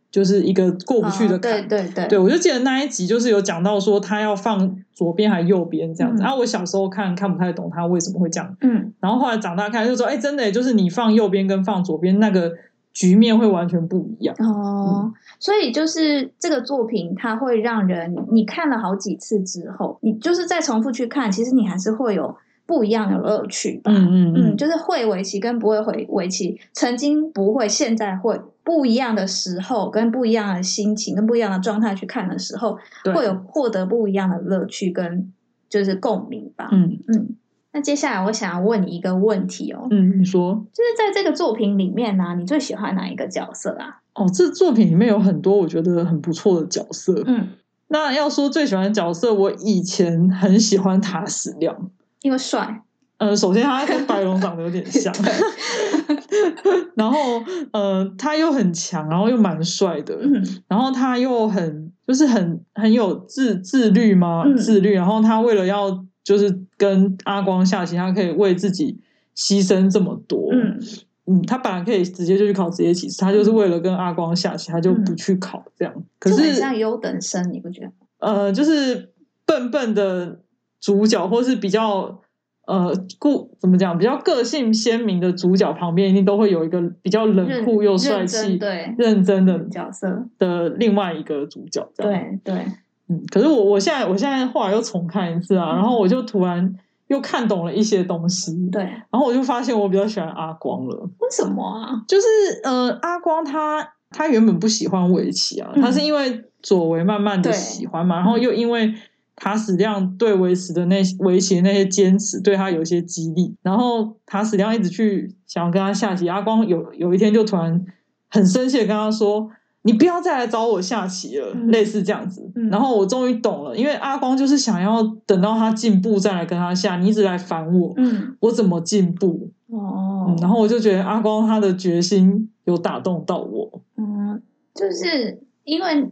[SPEAKER 3] 就是一个过不去的
[SPEAKER 2] 哦
[SPEAKER 3] 坎。
[SPEAKER 2] 对对对，
[SPEAKER 3] 对我就记得那一集就是有讲到说他要放左边还右边这样子，
[SPEAKER 2] 嗯
[SPEAKER 3] 然后、我小时候看看不太懂他为什么会这样，
[SPEAKER 2] 嗯
[SPEAKER 3] 然后后来长大看就说，哎，真的耶就是你放右边跟放左边那个局面会完全不一样。嗯
[SPEAKER 2] 哦，所以就是这个作品，它会让人你看了好几次之后，你就是再重复去看，其实你还是会有不一样的乐趣吧。
[SPEAKER 3] 嗯嗯
[SPEAKER 2] 嗯，就是会围棋跟不会围围棋，曾经不会，现在会，不一样的时候，跟不一样的心情，跟不一样的状态去看的时候，
[SPEAKER 3] 对
[SPEAKER 2] 会有获得不一样的乐趣跟就是共鸣吧。
[SPEAKER 3] 嗯
[SPEAKER 2] 嗯，那接下来我想要问你一个问题哦，
[SPEAKER 3] 嗯，你说
[SPEAKER 2] 就是在这个作品里面呢、啊你最喜欢哪一个角色啊？
[SPEAKER 3] 哦，这作品里面有很多我觉得很不错的角色。
[SPEAKER 2] 嗯，
[SPEAKER 3] 那要说最喜欢的角色，我以前很喜欢塔矢亮。
[SPEAKER 2] 因为帅，
[SPEAKER 3] 呃，首先他跟白龙长得有点 像， 然后呃，他又很强，然后又蛮帅的，
[SPEAKER 2] 嗯
[SPEAKER 3] 然后他又很就是很很有自自律嘛，
[SPEAKER 2] 嗯
[SPEAKER 3] 自律。然后他为了要就是跟阿光下棋，他可以为自己牺牲这么多。
[SPEAKER 2] 嗯
[SPEAKER 3] 嗯他本来可以直接就去考职业棋士，他就是为了跟阿光下棋，他就不
[SPEAKER 2] 嗯
[SPEAKER 3] 去考这样。可
[SPEAKER 2] 就是很像优等生，你不觉得？
[SPEAKER 3] 呃，就是笨笨的主角，或是比较呃故怎么讲，比较个性鲜明的主角旁边，一定都会有一个比较冷
[SPEAKER 2] 认
[SPEAKER 3] 酷又帅
[SPEAKER 2] 认真
[SPEAKER 3] 气、嗯
[SPEAKER 2] 对
[SPEAKER 3] 认真的
[SPEAKER 2] 角色，
[SPEAKER 3] 的另外一个主角。这样，
[SPEAKER 2] 对对，
[SPEAKER 3] 嗯，可是我我现在我现在后来又重看一次啊，然后我就突然又看懂了一些东西，
[SPEAKER 2] 对，
[SPEAKER 3] 然后我就发现我比较喜欢阿光了。
[SPEAKER 2] 为什么啊？
[SPEAKER 3] 就是呃，阿光他他原本不喜欢围棋啊，
[SPEAKER 2] 嗯
[SPEAKER 3] 他是因为左为慢慢的
[SPEAKER 2] 对嗯
[SPEAKER 3] 喜欢嘛，然后又因为塔矢亮对围棋的那围棋的那些坚持，对他有一些激励，然后塔矢亮一直去想要跟他下棋，阿光有有一天就突然很生气的跟他说：“你不要再来找我下棋了。
[SPEAKER 2] 嗯
[SPEAKER 3] 类似这样子。
[SPEAKER 1] 嗯
[SPEAKER 3] 然后我终于懂了，因为阿光就是想要等到他进步再来跟他下，你一直来烦我，
[SPEAKER 2] 嗯，
[SPEAKER 3] 我怎么进步？
[SPEAKER 2] 哦
[SPEAKER 3] 嗯，然后我就觉得阿光他的决心有打动到我。
[SPEAKER 2] 嗯，就是因为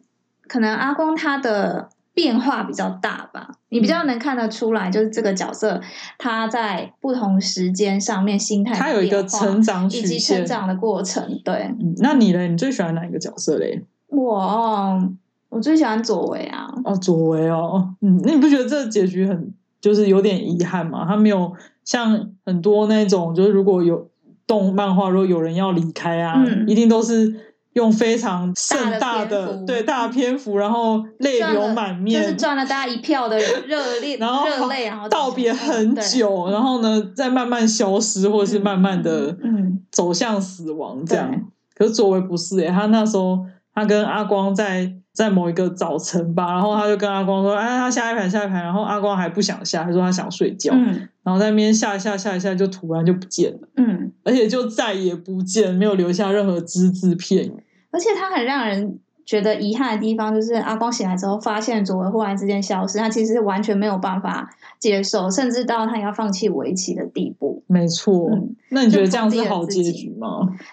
[SPEAKER 2] 可能阿光他的变化比较大吧，你比较能看得出来，就是这个角色他在不同时间上面心态的
[SPEAKER 3] 他有一个
[SPEAKER 2] 变化
[SPEAKER 3] 成长
[SPEAKER 2] 以
[SPEAKER 3] 曲
[SPEAKER 2] 及
[SPEAKER 3] 线
[SPEAKER 2] 成。长的过程。对
[SPEAKER 3] 嗯，那你嘞？你最喜欢哪一个角色嘞？
[SPEAKER 2] 我，哦我最喜欢左为啊，
[SPEAKER 3] 哦，左为哦，嗯，那你不觉得这个结局很就是有点遗憾吗？他没有像很多那种，就是如果有动漫画，如果有人要离开啊，
[SPEAKER 2] 嗯
[SPEAKER 3] 一定都是用非常盛大
[SPEAKER 2] 大的
[SPEAKER 3] 的
[SPEAKER 2] 篇幅
[SPEAKER 3] 对大篇幅，然后泪
[SPEAKER 2] 赚
[SPEAKER 3] 流
[SPEAKER 2] 了
[SPEAKER 3] 满
[SPEAKER 2] 就是
[SPEAKER 3] 面，
[SPEAKER 2] 赚了大家一票的 热烈
[SPEAKER 3] 然后
[SPEAKER 2] 热泪，然后
[SPEAKER 3] 道别很久，然后呢再慢慢消失，或者是慢慢的
[SPEAKER 2] 对，嗯，
[SPEAKER 3] 走向死亡这
[SPEAKER 2] 对
[SPEAKER 3] 样。可是左为不是诶、他那时候他跟阿光在在某一个早晨吧，然后他就跟阿光说：“哎，他下一盘下一盘。”然后阿光还不想下，他说他想睡觉，
[SPEAKER 2] 嗯
[SPEAKER 3] 然后在那边下一下下一下就突然就不见了，
[SPEAKER 2] 嗯，
[SPEAKER 3] 而且就再也不见，没有留下任何只字片语。
[SPEAKER 2] 而且他很让人觉得遗憾的地方，就是阿光醒来之后发现左为忽然之间消失，他其实完全没有办法接受，甚至到他要放弃围棋的地步。
[SPEAKER 3] 没错，
[SPEAKER 2] 嗯
[SPEAKER 3] 那你觉得这样是
[SPEAKER 2] 就
[SPEAKER 3] 好
[SPEAKER 2] 放弃了自己
[SPEAKER 3] 结局吗？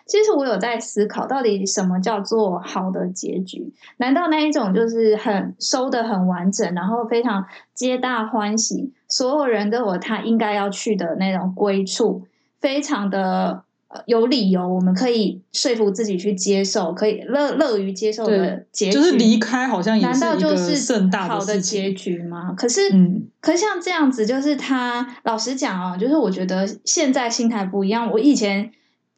[SPEAKER 2] 其实我有在思考，到底什么叫做好的结局？难道那一种就是很收的很完整，然后非常皆大欢喜，所有人都有他应该要去的那种归处，非常的呃有理由，我们可以说服自己去接受，可以乐乐于接受的结局，
[SPEAKER 3] 就是离开好像也
[SPEAKER 2] 难
[SPEAKER 3] 是
[SPEAKER 2] 道
[SPEAKER 3] 一
[SPEAKER 2] 就
[SPEAKER 3] 个盛
[SPEAKER 2] 是
[SPEAKER 3] 大
[SPEAKER 2] 好
[SPEAKER 3] 事
[SPEAKER 2] 结
[SPEAKER 3] 情。
[SPEAKER 2] 局吗？可是，
[SPEAKER 3] 嗯
[SPEAKER 2] 可像这样子，就是他老实讲哦，就是我觉得现在心态不一样。我以前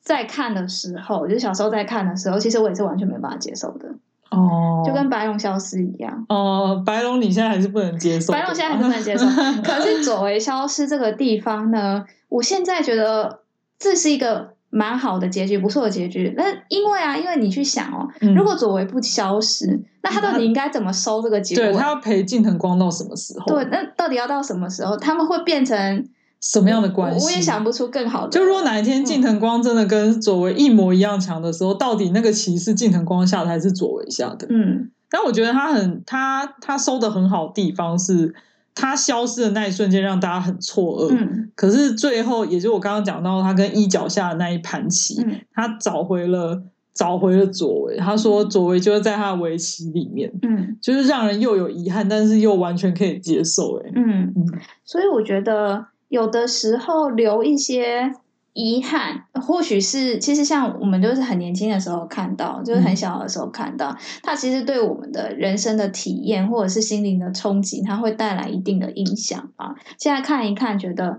[SPEAKER 2] 在看的时候，就是小时候在看的时候，其实我也是完全没办法接受的，
[SPEAKER 3] 哦，
[SPEAKER 2] 就跟白龙消失一样。
[SPEAKER 3] 哦、白龙你现在还是不能接受的
[SPEAKER 2] 白
[SPEAKER 3] 吧，
[SPEAKER 2] 龙现在还是不能 接受，可是左为消失这个地方呢，我现在觉得这是一个蛮好的结局，不错的结局。那因为啊，因为你去想哦，
[SPEAKER 3] 嗯
[SPEAKER 2] 如果左为不消失，那他到底应该怎么收这个结
[SPEAKER 3] 对
[SPEAKER 2] 尾？
[SPEAKER 3] 他要陪近藤光到什么时候？
[SPEAKER 2] 对，，那到底要到什么时候他们会变成
[SPEAKER 3] 什么样的关系？
[SPEAKER 2] 我我也想。不嗯出更好的。
[SPEAKER 3] 就如果哪一天近藤光真的跟佐为一模一样强的时候，到底那个棋是近藤光下的还是佐为下的？
[SPEAKER 2] 嗯
[SPEAKER 3] 但我觉得他很他他收的很好的地方是，他消失的那一瞬间让大家很错愕。
[SPEAKER 2] 嗯
[SPEAKER 3] 可是最后，也就我刚刚讲到他跟一脚下的那一盘棋，
[SPEAKER 2] 嗯
[SPEAKER 3] 他找回了找回了佐为。他说佐为就是在他的围棋里面，
[SPEAKER 2] 嗯
[SPEAKER 3] 就是让人又有遗憾，但是又完全可以接受、欸。
[SPEAKER 2] 嗯，
[SPEAKER 3] 嗯，
[SPEAKER 2] 所以我觉得有的时候留一些遗憾，或许是其实像我们就是很年轻的时候看到，就是很小的时候看到，它其实对我们的人生的体验或者是心灵的冲击，它会带来一定的影响啊。现在看一看，觉得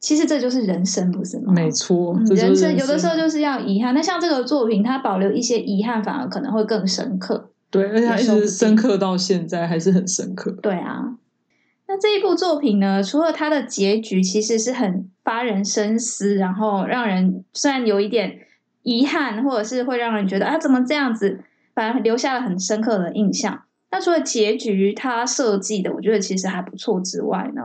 [SPEAKER 2] 其实这就是人生，不是吗？
[SPEAKER 3] 没错，
[SPEAKER 2] 嗯
[SPEAKER 3] 这就是
[SPEAKER 2] 人生有的时候
[SPEAKER 3] 生
[SPEAKER 2] 就是要遗憾，那像这个作品，它保留一些遗憾，反而可能会更深刻。
[SPEAKER 3] 对，而且它一
[SPEAKER 2] 也说不
[SPEAKER 3] 直
[SPEAKER 2] 定
[SPEAKER 3] 深刻到现在，还是很深刻。
[SPEAKER 2] 对啊，那这一部作品呢，除了它的结局其实是很发人深思，然后让人虽然有一点遗憾，或者是会让人觉得啊怎么这样子，反而留下了很深刻的印象。那除了结局它设计的，我觉得其实还不错之外呢，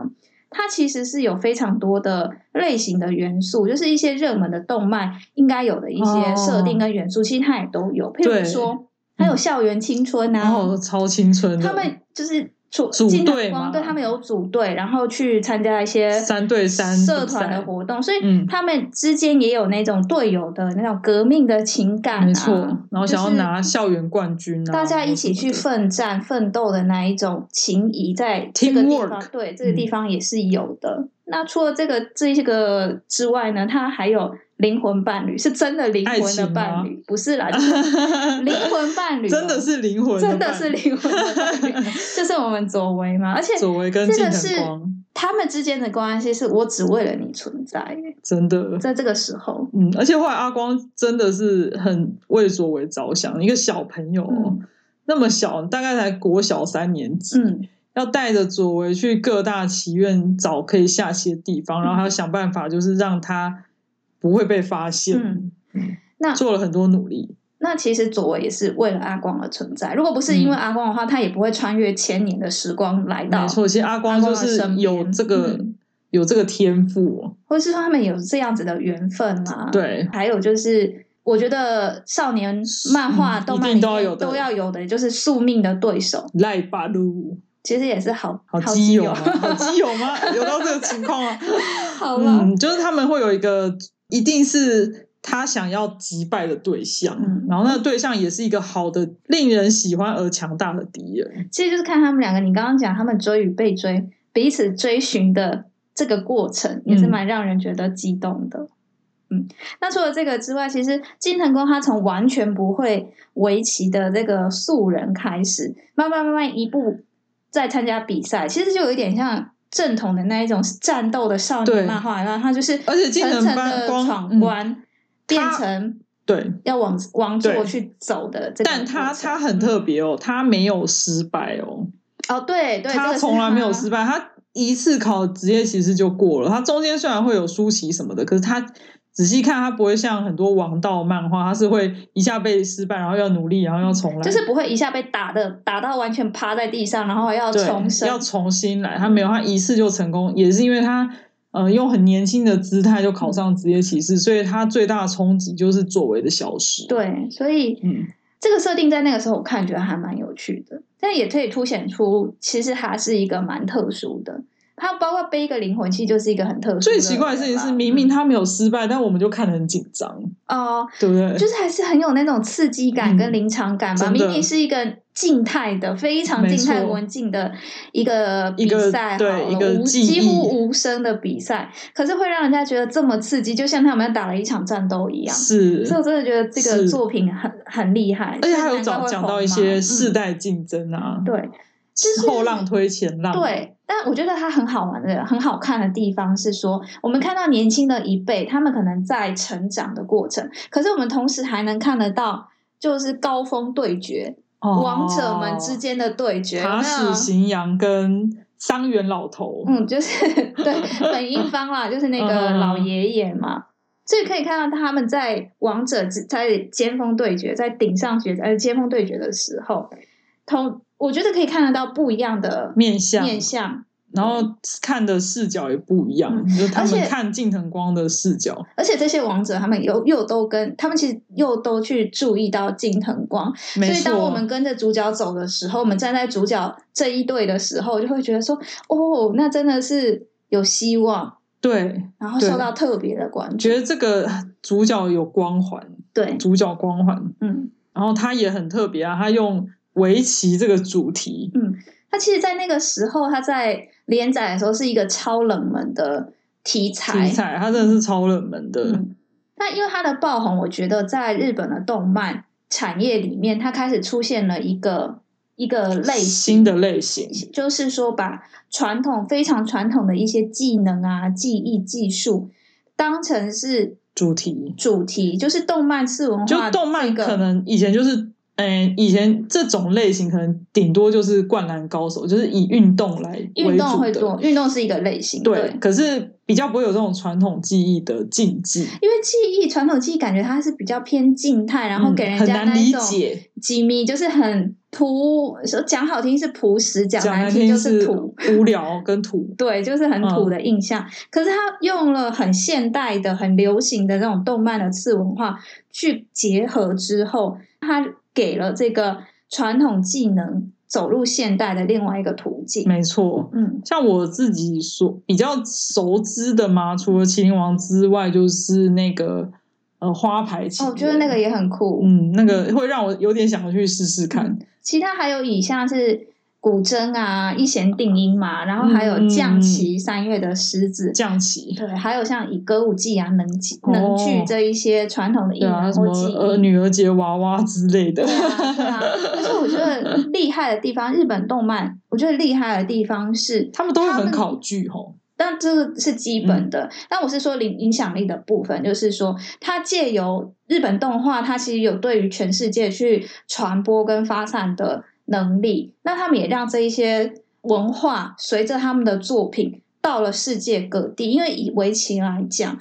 [SPEAKER 2] 它其实是有非常多的类型的元素，就是一些热门的动漫应该有的一些设定跟元素，其实它也都有。譬
[SPEAKER 3] 对哦
[SPEAKER 2] 如说，它有校园青春啊，
[SPEAKER 3] 然后超青春的，
[SPEAKER 2] 他们就是组
[SPEAKER 3] 组
[SPEAKER 2] 经常
[SPEAKER 3] 队嘛
[SPEAKER 2] 光对他们有组队，然后去参加一些
[SPEAKER 3] 三对三
[SPEAKER 2] 社
[SPEAKER 3] 比赛
[SPEAKER 2] 团的活动，所以
[SPEAKER 3] 嗯
[SPEAKER 2] 他们之间也有那种队友的那种革命的情感、啊，
[SPEAKER 3] 没错，然后想要
[SPEAKER 2] 就是
[SPEAKER 3] 拿校园冠军啊，
[SPEAKER 2] 大家一起去
[SPEAKER 3] 或什么
[SPEAKER 2] 奋战、奋斗的那一种情谊，在这个地
[SPEAKER 3] Teamwork 嗯
[SPEAKER 2] 方，对这个地方也是有的。那除了这个这这个之外呢，它还有灵魂伴侣，是真的灵
[SPEAKER 3] 爱
[SPEAKER 2] 魂的
[SPEAKER 3] 情吗
[SPEAKER 2] 伴侣，不是啦，就是 灵魂伴侣
[SPEAKER 3] 的，
[SPEAKER 2] 哦，
[SPEAKER 3] 真的是灵魂，
[SPEAKER 2] 真的是灵魂的伴侣，就是我们左为嘛，而且
[SPEAKER 3] 左为跟
[SPEAKER 2] 这
[SPEAKER 3] 近
[SPEAKER 2] 个是
[SPEAKER 3] 藤光，
[SPEAKER 2] 他们之间的关系是我只为了你存在，
[SPEAKER 3] 真的。
[SPEAKER 2] 在这个时候，
[SPEAKER 3] 嗯，而且后来阿光真的是很为左为着想，一个小朋友、哦
[SPEAKER 2] 嗯
[SPEAKER 3] 那么小，大概才国小三年级，
[SPEAKER 2] 嗯
[SPEAKER 3] 要带着左为去各大棋院找可以下棋的地方，
[SPEAKER 2] 嗯
[SPEAKER 3] 然后还要想办法，就是让他不会被发现。
[SPEAKER 2] 嗯，那
[SPEAKER 3] 做了很多努力，
[SPEAKER 2] 那其实左为也是为了阿光而存在，如果不是因为阿光的话，他也不会穿越千年的时光来
[SPEAKER 3] 嗯
[SPEAKER 2] 到
[SPEAKER 3] 没，错。其实阿光就是有这
[SPEAKER 2] 阿光嗯的嗯
[SPEAKER 3] 个
[SPEAKER 2] 身边
[SPEAKER 3] 有这个天赋，哦
[SPEAKER 2] 或是说他们有这样子的缘分啦、啊。，
[SPEAKER 3] 对，
[SPEAKER 2] 还有就是我觉得少年漫画、
[SPEAKER 3] 嗯
[SPEAKER 2] 动漫
[SPEAKER 3] 一定
[SPEAKER 2] 里
[SPEAKER 3] 都要
[SPEAKER 2] 面
[SPEAKER 3] 有的
[SPEAKER 2] 都要有的，就是宿命的对手，
[SPEAKER 3] 赖巴路，
[SPEAKER 2] 其实也是好
[SPEAKER 3] 好基
[SPEAKER 2] 基
[SPEAKER 3] 友
[SPEAKER 2] 友
[SPEAKER 3] 吗？，好基友吗？有到这个情况吗？
[SPEAKER 2] 好了，
[SPEAKER 3] 嗯，就是他们会有一个，一定是他想要击败的对象，
[SPEAKER 2] 嗯
[SPEAKER 3] 然后那个对象也是一个好的、令人喜欢而强大的敌人。
[SPEAKER 2] 其实就是看他们两个，你刚刚讲他们追与被追，彼此追寻的这个过程，也是
[SPEAKER 3] 嗯
[SPEAKER 2] 蛮让人觉得激动的。嗯，那除了这个之外，其实金藤宫他从完全不会围棋的这个素人开始，慢慢慢慢一步再参加比赛，其实就有一点像正统的那一种战斗的少
[SPEAKER 3] 对
[SPEAKER 2] 年漫画，然后他就是
[SPEAKER 3] 而且金藤
[SPEAKER 2] 层层
[SPEAKER 3] 班
[SPEAKER 2] 的
[SPEAKER 3] 光嗯
[SPEAKER 2] 闯关，变成
[SPEAKER 3] 对，
[SPEAKER 2] 要往往
[SPEAKER 3] 对
[SPEAKER 2] 左去走的这个过
[SPEAKER 3] 但
[SPEAKER 2] 程。嗯
[SPEAKER 3] 他他很特别哦，他没有失败哦，
[SPEAKER 2] 哦，对对，这
[SPEAKER 3] 他
[SPEAKER 2] 个是
[SPEAKER 3] 从来没有
[SPEAKER 2] 他
[SPEAKER 3] 失败，他一次考职业其实就过了。他中间虽然会有输棋什么的，可是他仔细看，他不会像很多王道漫画，他是会一下被失败，然后要努力，然后要重来，
[SPEAKER 2] 就是不会一下被打的打到完全趴在地上，然后要
[SPEAKER 3] 对，
[SPEAKER 2] 重生。
[SPEAKER 3] 要重新来。他没有，他一次就成功，也是因为他呃用很年轻的姿态就考上职业骑士，所以他最大的冲击就是作为的消失。，
[SPEAKER 2] 对，所以
[SPEAKER 3] 嗯，
[SPEAKER 2] 这个设定在那个时候我看觉得还蛮有趣的，但也可以凸显出其实它是一个蛮特殊的。它包括背一个灵魂，其实就是一个很特殊的人
[SPEAKER 3] 最
[SPEAKER 2] 啦。
[SPEAKER 3] 奇怪的事情是，明明他没有失败，但我们就看得很紧张，
[SPEAKER 2] 哦、
[SPEAKER 3] 对不对？
[SPEAKER 2] 就是还是很有那种刺激感跟临场感
[SPEAKER 3] 嗯
[SPEAKER 2] 吧。
[SPEAKER 3] 真的
[SPEAKER 2] 明明是一个静态的、非常静态
[SPEAKER 3] 没错
[SPEAKER 2] 文静的一个
[SPEAKER 3] 一
[SPEAKER 2] 比
[SPEAKER 3] 个
[SPEAKER 2] 赛，
[SPEAKER 3] 对
[SPEAKER 2] 好了
[SPEAKER 3] 一个
[SPEAKER 2] 无
[SPEAKER 3] 技艺
[SPEAKER 2] 几乎无声的比赛，可是会让人家觉得这么刺激，就像他们打了一场战斗一样。
[SPEAKER 3] 是
[SPEAKER 2] 所以我真的觉得这个
[SPEAKER 3] 是
[SPEAKER 2] 作品很很厉害，
[SPEAKER 3] 而且还
[SPEAKER 2] 所
[SPEAKER 3] 有
[SPEAKER 2] 以难怪
[SPEAKER 3] 讲
[SPEAKER 2] 会
[SPEAKER 3] 讲
[SPEAKER 2] 红
[SPEAKER 3] 到一
[SPEAKER 2] 嘛
[SPEAKER 3] 些
[SPEAKER 2] 嗯
[SPEAKER 3] 世代竞争啊，
[SPEAKER 2] 对就是
[SPEAKER 3] 后浪推前浪，，
[SPEAKER 2] 对，但我觉得它很好玩的、很好看的地方是说，我们看到年轻的一辈，他们可能在成长的过程，可是我们同时还能看得到。就是高峰对决，
[SPEAKER 3] 哦、
[SPEAKER 2] 王者们之间的对决，有
[SPEAKER 3] 塔
[SPEAKER 2] 没有
[SPEAKER 3] 矢行阳跟桑原老头，
[SPEAKER 2] 嗯，就是 对本一方啦，就是那
[SPEAKER 3] 嗯
[SPEAKER 2] 个老爷爷嘛。所以可以看到他们在王者之在尖峰对决，在顶上决呃尖峰对决的时候，同我觉得可以看得到不一样的
[SPEAKER 3] 面相
[SPEAKER 2] 面相，
[SPEAKER 3] 然后看的视角也不一样，就他
[SPEAKER 2] 嗯而
[SPEAKER 3] 们
[SPEAKER 2] 且
[SPEAKER 3] 看近藤光的视角，
[SPEAKER 2] 而且这些王者他们又又都跟他们其实又都去注意到近藤光，所
[SPEAKER 3] 没
[SPEAKER 2] 以当
[SPEAKER 3] 错，
[SPEAKER 2] 我们跟着主角走的时候，我们站在主角这一队的时候，就会觉得说，哦，那真的是有希望，
[SPEAKER 3] 对
[SPEAKER 2] 然后
[SPEAKER 3] 对
[SPEAKER 2] 受到特别的关注，
[SPEAKER 3] 觉得这个主角有光环，
[SPEAKER 2] 对，
[SPEAKER 3] 主角光环，
[SPEAKER 2] 嗯。
[SPEAKER 3] 然后他也很特别啊，他用围棋这个主题，
[SPEAKER 2] 它其实，在那个时候，它在连载的时候是一个超冷门的题材。
[SPEAKER 3] 题材他真的是超冷门的，
[SPEAKER 2] 嗯，那因为它的爆红，我觉得在日本的动漫产业里面，它开始出现了一个一个类
[SPEAKER 3] 新
[SPEAKER 2] 型，
[SPEAKER 3] 的类型，
[SPEAKER 2] 就是说把传统非常传统的一些技能啊、技艺、技术，当成是
[SPEAKER 3] 主题
[SPEAKER 2] 主题，就是动漫次文化、
[SPEAKER 3] 就
[SPEAKER 2] 这个，
[SPEAKER 3] 动漫可能以前就是。嗯，以前这种类型可能顶多就是《灌篮高手》，就是以运动来为
[SPEAKER 2] 运动
[SPEAKER 3] 主
[SPEAKER 2] 会
[SPEAKER 3] 的
[SPEAKER 2] 做，，运动是一个类型，
[SPEAKER 3] 对。可是比较不会有这种传统技艺的竞技，
[SPEAKER 2] 因为记忆传统记忆感觉它是比较偏静态，然后
[SPEAKER 3] 嗯
[SPEAKER 2] 给人
[SPEAKER 3] 很
[SPEAKER 2] 家
[SPEAKER 3] 难
[SPEAKER 2] 那一
[SPEAKER 3] 理
[SPEAKER 2] 种
[SPEAKER 3] 解，
[SPEAKER 2] 机密，就是很土。说讲好听是朴实，讲
[SPEAKER 3] 讲
[SPEAKER 2] 难
[SPEAKER 3] 难
[SPEAKER 2] 听
[SPEAKER 3] 听
[SPEAKER 2] 就是
[SPEAKER 3] 是
[SPEAKER 2] 土。。
[SPEAKER 3] 无聊跟土
[SPEAKER 2] 对，就是很土的印象。可是他用了很现代的、很流行的那种动漫的次文化去结合之后，他给了这个传统技能走入现代的另外一个途径。
[SPEAKER 3] 没错，
[SPEAKER 2] 嗯，
[SPEAKER 3] 像我自己所比较熟知的嘛，除了《麒麟王》之外，就是那个呃花牌棋。
[SPEAKER 2] 哦，我觉得那个，也很酷。
[SPEAKER 3] 嗯，那个会让我有点想要去试试看。
[SPEAKER 2] 其他还有以下是古筝啊、一弦定音嘛，然后还有降旗、三月的狮子，
[SPEAKER 3] 降旗，
[SPEAKER 2] 对，还有像以歌舞伎啊、能剧、
[SPEAKER 3] 哦
[SPEAKER 2] 能剧这一些传统的艺
[SPEAKER 3] 对啊，
[SPEAKER 2] 能
[SPEAKER 3] 什
[SPEAKER 2] 或
[SPEAKER 3] 么
[SPEAKER 2] 技
[SPEAKER 3] 呃
[SPEAKER 2] 艺。
[SPEAKER 3] 女儿节娃娃之类的
[SPEAKER 2] 对。啊，对啊，而且我觉得厉害的地方，日本动漫，我觉得厉害的地方是，
[SPEAKER 3] 他们都会
[SPEAKER 2] 他
[SPEAKER 3] 很
[SPEAKER 2] 们
[SPEAKER 3] 考据哦吼，
[SPEAKER 2] 但这个是基本
[SPEAKER 3] 嗯
[SPEAKER 2] 的。但我是说影影响力的部分，就是说它借由日本动画，它其实有对于全世界去传播跟发散的能力。那他们也让这一些文化随着他们的作品到了世界各地。因为以围棋来讲，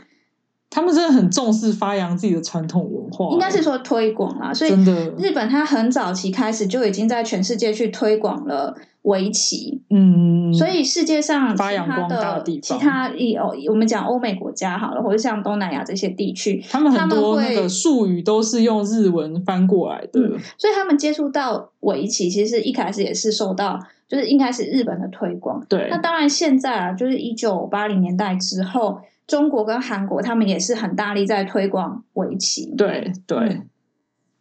[SPEAKER 3] 他们真的很重视发扬自己的传统文化。
[SPEAKER 2] 应该是说推广啦，所以
[SPEAKER 3] 哦真的
[SPEAKER 2] 日本它很早期开始就已经在全世界去推广了围棋，
[SPEAKER 3] 嗯，
[SPEAKER 2] 所以世界上其
[SPEAKER 3] 发扬
[SPEAKER 2] 他
[SPEAKER 3] 光大的
[SPEAKER 2] 的
[SPEAKER 3] 地
[SPEAKER 2] 其
[SPEAKER 3] 方
[SPEAKER 2] 他一哦，我们讲欧美国家好了，或者像东南亚这些地区，
[SPEAKER 3] 他们
[SPEAKER 2] 他
[SPEAKER 3] 很
[SPEAKER 2] 们
[SPEAKER 3] 多那
[SPEAKER 2] 会
[SPEAKER 3] 个术语都是用日文翻过来的，
[SPEAKER 2] 嗯所以他们接触到围棋，其实一开始也是受到，就是一开始日本的推广。
[SPEAKER 3] 对
[SPEAKER 2] 那，当然现在啊，就是一九八零年代之后，中国跟韩国他们也是很大力在推广围棋。
[SPEAKER 3] 对对。
[SPEAKER 2] 嗯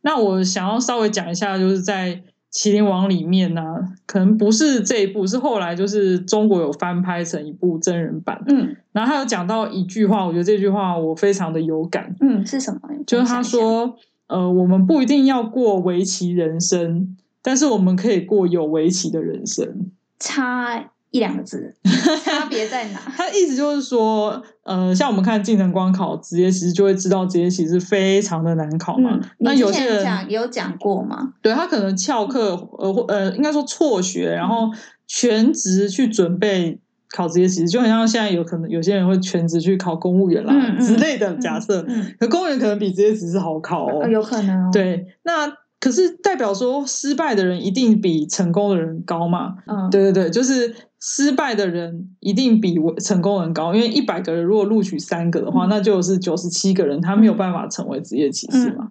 [SPEAKER 3] 那我想要稍微讲一下，就是在《麒麟王》里面呢、可能不是这一部，是后来就是中国有翻拍成一部真人版。
[SPEAKER 2] 嗯
[SPEAKER 3] 然后他有讲到一句话，我觉得这句话我非常的有感，
[SPEAKER 2] 嗯，是什么？
[SPEAKER 3] 就是他说，呃，我们不一定要过围棋人生，但是我们可以过有围棋的人生。
[SPEAKER 2] 差一两 个字，差别在哪？
[SPEAKER 3] 他意思就是说，呃，像我们看近藤光考职业棋，就会知道职业棋是非常的难考嘛。
[SPEAKER 2] 嗯，
[SPEAKER 3] 那
[SPEAKER 2] 你之
[SPEAKER 3] 有些
[SPEAKER 2] 前
[SPEAKER 3] 人
[SPEAKER 2] 讲有讲过吗？
[SPEAKER 3] 对他可能翘课，呃或呃，应该说辍学，然后
[SPEAKER 2] 嗯
[SPEAKER 3] 全职去准备考职业棋，就很像现在有可能有些人会全职去考公务员啦、
[SPEAKER 2] 嗯嗯
[SPEAKER 3] 之类的假设。
[SPEAKER 2] 嗯，
[SPEAKER 3] 可公务员可能比职业棋是好考哦。
[SPEAKER 2] 呃有可能哦。，
[SPEAKER 3] 对，那可是代表说失败的人一定比成功的人高嘛？
[SPEAKER 2] 嗯，
[SPEAKER 3] 对对对，就是失败的人一定比我成功人高，因为一百个人如果录取三个的话，
[SPEAKER 2] 嗯
[SPEAKER 3] 那就是九十七个人他没有办法成为职业骑士嘛。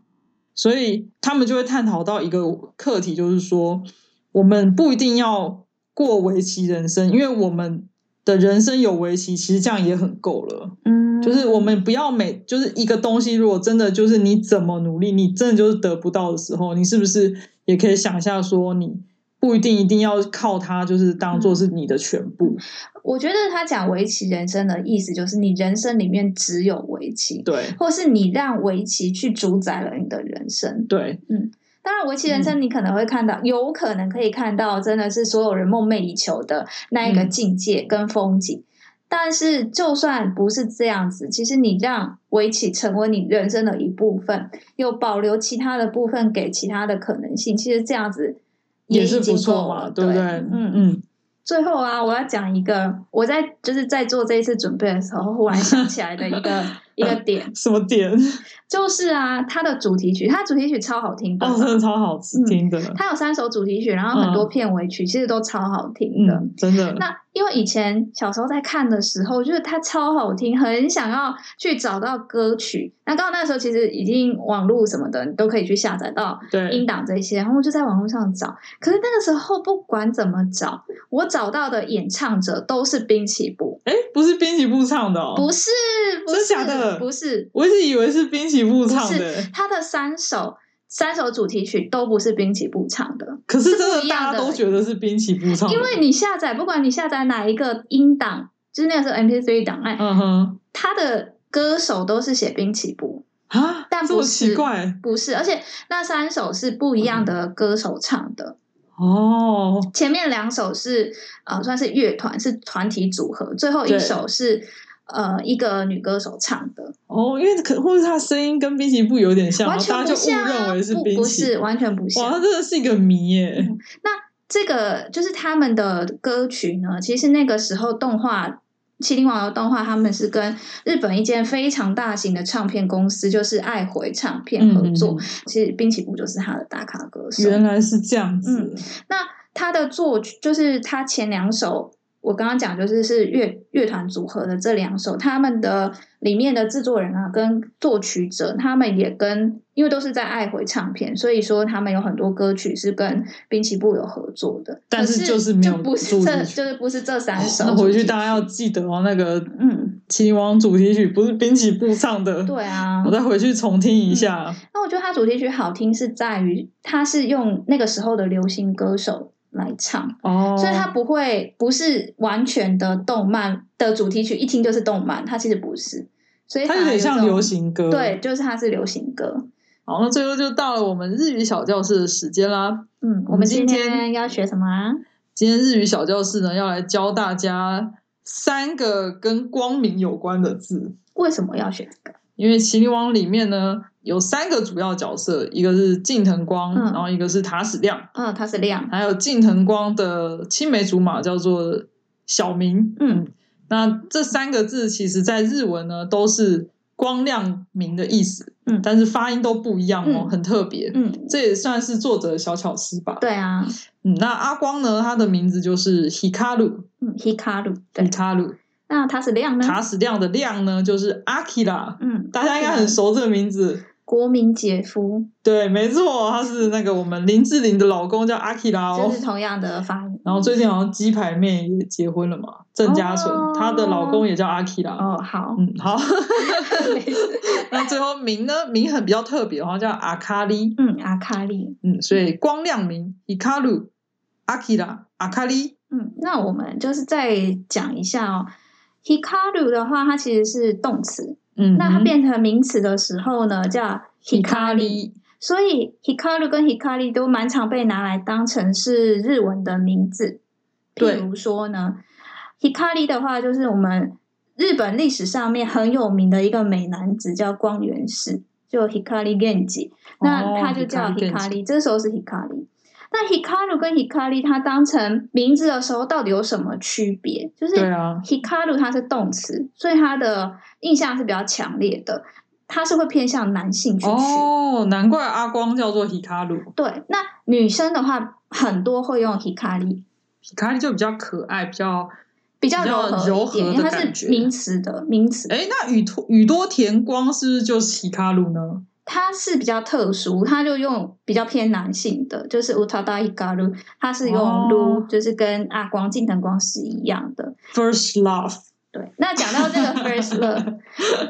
[SPEAKER 3] 所以他们就会探讨到一个课题，就是说我们不一定要过围棋人生，因为我们的人生有围棋，其实这样也很够了。
[SPEAKER 2] 嗯，
[SPEAKER 3] 就是我们不要每就是一个东西，如果真的就是你怎么努力，你真的就是得不到的时候，你是不是也可以想一下说，你不一定一定要靠它，就是当做
[SPEAKER 2] 嗯
[SPEAKER 3] 是你的全部。
[SPEAKER 2] 我觉得他讲围棋人生的意思就是，你人生里面只有围棋，
[SPEAKER 3] 对
[SPEAKER 2] 或是你让围棋去主宰了你的人生。
[SPEAKER 3] 对
[SPEAKER 2] 当然，围
[SPEAKER 3] 嗯
[SPEAKER 2] 棋人生你可能会看到，有可能可以看到，真的是所有人梦寐以求的那一个
[SPEAKER 3] 嗯
[SPEAKER 2] 境界跟风景。但是，就算不是这样子，其实你让围棋成为你人生的一部分，又保留其他的部分给其他的可能性，其实这样子已
[SPEAKER 3] 是
[SPEAKER 2] 经
[SPEAKER 3] 不
[SPEAKER 2] 够
[SPEAKER 3] 错嘛，
[SPEAKER 2] 了，
[SPEAKER 3] 不对？
[SPEAKER 2] 嗯嗯。
[SPEAKER 3] 嗯，
[SPEAKER 2] 最后啊，我要讲一个，我在就是在做这一次准备的时候，忽然想起来的一 个一个点，
[SPEAKER 3] 什么点？哦
[SPEAKER 2] 就是啊，它的主题曲，它主题曲超好听的，
[SPEAKER 3] 哦，真的超好吃
[SPEAKER 2] 嗯
[SPEAKER 3] 听的，
[SPEAKER 2] 它有三首主题曲，然后很多
[SPEAKER 3] 嗯
[SPEAKER 2] 片尾曲，其实都超好听的。
[SPEAKER 3] 嗯，真的，
[SPEAKER 2] 那因为以前小时候在看的时候，就是它超好听，很想要去找到歌曲。那刚好那时候其实已经网络什么的，你都可以去下载到音
[SPEAKER 3] 对，
[SPEAKER 2] 档这些，然后我就在网络上找。可是那个时候不管怎么找，我找到的演唱者都是滨崎步，
[SPEAKER 3] 哎，不是滨崎步唱的哦，
[SPEAKER 2] 不是，不
[SPEAKER 3] 真
[SPEAKER 2] 是，
[SPEAKER 3] 假的
[SPEAKER 2] 不是，
[SPEAKER 3] 我一直以为是滨崎步
[SPEAKER 2] 不
[SPEAKER 3] 唱
[SPEAKER 2] 是
[SPEAKER 3] 的，，
[SPEAKER 2] 他的三首三首主题曲都不是滨崎步唱的。
[SPEAKER 3] 可
[SPEAKER 2] 是
[SPEAKER 3] 是真
[SPEAKER 2] 不一
[SPEAKER 3] 的
[SPEAKER 2] 样
[SPEAKER 3] 大家
[SPEAKER 2] 的
[SPEAKER 3] 都觉得是滨崎步唱的，
[SPEAKER 2] 因为你下载，不管你下载哪一个音档，就是那个时候 MP3 档案，
[SPEAKER 3] 嗯哼
[SPEAKER 2] 它的歌手都是写滨崎步，
[SPEAKER 3] 啊，
[SPEAKER 2] 但
[SPEAKER 3] 这
[SPEAKER 2] 不
[SPEAKER 3] 么
[SPEAKER 2] 是
[SPEAKER 3] 奇怪
[SPEAKER 2] 不是，而且那三首是不一样的歌手唱的。
[SPEAKER 3] 哦，
[SPEAKER 2] 前面两首是呃算是乐团，是团体组合，最后一
[SPEAKER 3] 对
[SPEAKER 2] 首是呃一个女歌手唱的，
[SPEAKER 3] 哦，因为可或者他声音跟滨崎步有点像，
[SPEAKER 2] 完
[SPEAKER 3] 然后
[SPEAKER 2] 全
[SPEAKER 3] 大家就
[SPEAKER 2] 不
[SPEAKER 3] 误
[SPEAKER 2] 像、啊，
[SPEAKER 3] 认为是
[SPEAKER 2] 不
[SPEAKER 3] 滨
[SPEAKER 2] 不
[SPEAKER 3] 崎
[SPEAKER 2] 是。完全嗯不
[SPEAKER 3] 哇，他
[SPEAKER 2] 像。
[SPEAKER 3] 真的是一个谜耶！
[SPEAKER 2] 这个就是他们的歌曲呢，其实那个时候动画。麒麟王的动画，他们是跟日本一间非常大型的唱片公司，就是爱回唱片合作。
[SPEAKER 3] 嗯嗯
[SPEAKER 2] 其实滨崎步就是他的打卡歌手。
[SPEAKER 3] 原来是这样子，
[SPEAKER 2] 嗯那他的作曲就是他前两首，我刚刚讲就是是乐乐团组合的这两首，他们的里面的制作人啊跟作曲者，他们也跟因为都是在爱回唱片，所以说他们有很多歌曲是跟滨崎步有合作的，
[SPEAKER 3] 但
[SPEAKER 2] 可
[SPEAKER 3] 是
[SPEAKER 2] 是
[SPEAKER 3] 就是没有
[SPEAKER 2] 就不是
[SPEAKER 3] 注
[SPEAKER 2] 这
[SPEAKER 3] 进去
[SPEAKER 2] 就是不是这三首主题曲、
[SPEAKER 3] 哦那回去大家要记得哦，那个《
[SPEAKER 2] 嗯
[SPEAKER 3] 麒麟王》主题曲不是滨崎步唱的，
[SPEAKER 2] 对啊
[SPEAKER 3] 我，再回去重听一下。
[SPEAKER 2] 那我觉得它主题曲好听是在于它是用那个时候的流行歌手来唱。
[SPEAKER 3] 哦，
[SPEAKER 2] 嗯所以它不会不是完全的动漫的主题曲，一听就是动漫，它其实不是，所以
[SPEAKER 3] 它
[SPEAKER 2] 反而
[SPEAKER 3] 有点像
[SPEAKER 2] 种
[SPEAKER 3] 流，行歌。
[SPEAKER 2] 对，，就是它是流行歌。
[SPEAKER 3] 好，那最后就到了我们日语小教室的时间啦。
[SPEAKER 2] 嗯，
[SPEAKER 3] 我
[SPEAKER 2] 我
[SPEAKER 3] 们
[SPEAKER 2] 们
[SPEAKER 3] 今
[SPEAKER 2] 今
[SPEAKER 3] 天
[SPEAKER 2] 天要学什么啊？
[SPEAKER 3] 今天日语小教室呢，要来教大家三个跟光明有关的字。
[SPEAKER 2] 为什么要学这个？
[SPEAKER 3] 因为《麒麟王》里面呢有三个主要角色，一个是近藤光，
[SPEAKER 2] 嗯
[SPEAKER 3] 然后一个是塔矢亮，
[SPEAKER 2] 嗯，它是亮，
[SPEAKER 3] 还有近藤光的青梅竹马叫做小明。
[SPEAKER 2] 嗯，
[SPEAKER 3] 那这三个字其实在日文呢都是光亮明的意思，
[SPEAKER 2] 嗯
[SPEAKER 3] 但是发音都不一样哦，
[SPEAKER 2] 嗯
[SPEAKER 3] 很特别，
[SPEAKER 2] 嗯，
[SPEAKER 3] 这也算是作者的小巧思吧。
[SPEAKER 2] 对啊，
[SPEAKER 3] 嗯，那阿光呢，他的名字就是 Hikaru，
[SPEAKER 2] 嗯，Hikaru，对，嗯
[SPEAKER 3] Hikaru，
[SPEAKER 2] 那它是亮呢？
[SPEAKER 3] 塔矢亮的亮呢，就是 Akira，
[SPEAKER 2] 嗯，
[SPEAKER 3] 大家应该很熟这个名字。
[SPEAKER 2] 国民姐夫，
[SPEAKER 3] 对，没错，他是那个我们林志玲的老公叫 Akira 哦。
[SPEAKER 2] 就是同样的发音。
[SPEAKER 3] 然后最近好像鸡排妹也结婚了嘛，郑嘉纯，
[SPEAKER 2] 哦
[SPEAKER 3] 她的老公也叫 Akira。
[SPEAKER 2] 哦，好，
[SPEAKER 3] 嗯，好。
[SPEAKER 2] 没事
[SPEAKER 3] 那最后明呢？明很比较特别哦，然后叫阿卡里。
[SPEAKER 2] 嗯，阿卡丽，
[SPEAKER 3] 嗯，所以光亮明 Hikaru、Akira、阿卡里。
[SPEAKER 2] 嗯，那我们就是再讲一下哦。Hikaru 的话，它其实是动词，
[SPEAKER 3] 嗯，
[SPEAKER 2] 那它变成名词的时候呢，叫 Hikari。
[SPEAKER 3] Hikari。
[SPEAKER 2] 所以 Hikaru 跟 Hikari 都蛮常被拿来当成是日文的名字。
[SPEAKER 3] 对
[SPEAKER 2] 譬如说呢，Hikari 的话，就是我们日本历史上面很有名的一个美男子，叫光源氏，就 Hikari Genji。那他就叫
[SPEAKER 3] 哦 Hikari
[SPEAKER 2] Hikari，、这时候是 Hikari。那 Hikaru 跟 Hikari 它当成名字的时候，到底有什么区别？就是
[SPEAKER 3] 对啊，
[SPEAKER 2] Hikaru 它是动词，所以它的印象是比较强烈的，它是会偏向男性去学。
[SPEAKER 3] 哦，难怪阿光叫做 Hikaru。
[SPEAKER 2] 对，那女生的话，很多会用 Hikari，
[SPEAKER 3] Hikari 就比较可爱，比较
[SPEAKER 2] 比较
[SPEAKER 3] 比较柔
[SPEAKER 2] 柔和一
[SPEAKER 3] 和
[SPEAKER 2] 点，因
[SPEAKER 3] 的
[SPEAKER 2] 为它
[SPEAKER 3] 感觉
[SPEAKER 2] 是名词的名词，
[SPEAKER 3] 哎，那宇多宇多田光是不是就是 Hikaru 呢？
[SPEAKER 2] 它是比较特殊，它就用比较偏男性的，就是 Utada Hikaru，它是用 lu，、
[SPEAKER 3] 哦
[SPEAKER 2] 就是跟阿光、近藤光是一样的。
[SPEAKER 3] First Love，
[SPEAKER 2] 对，那讲到这个 First Love，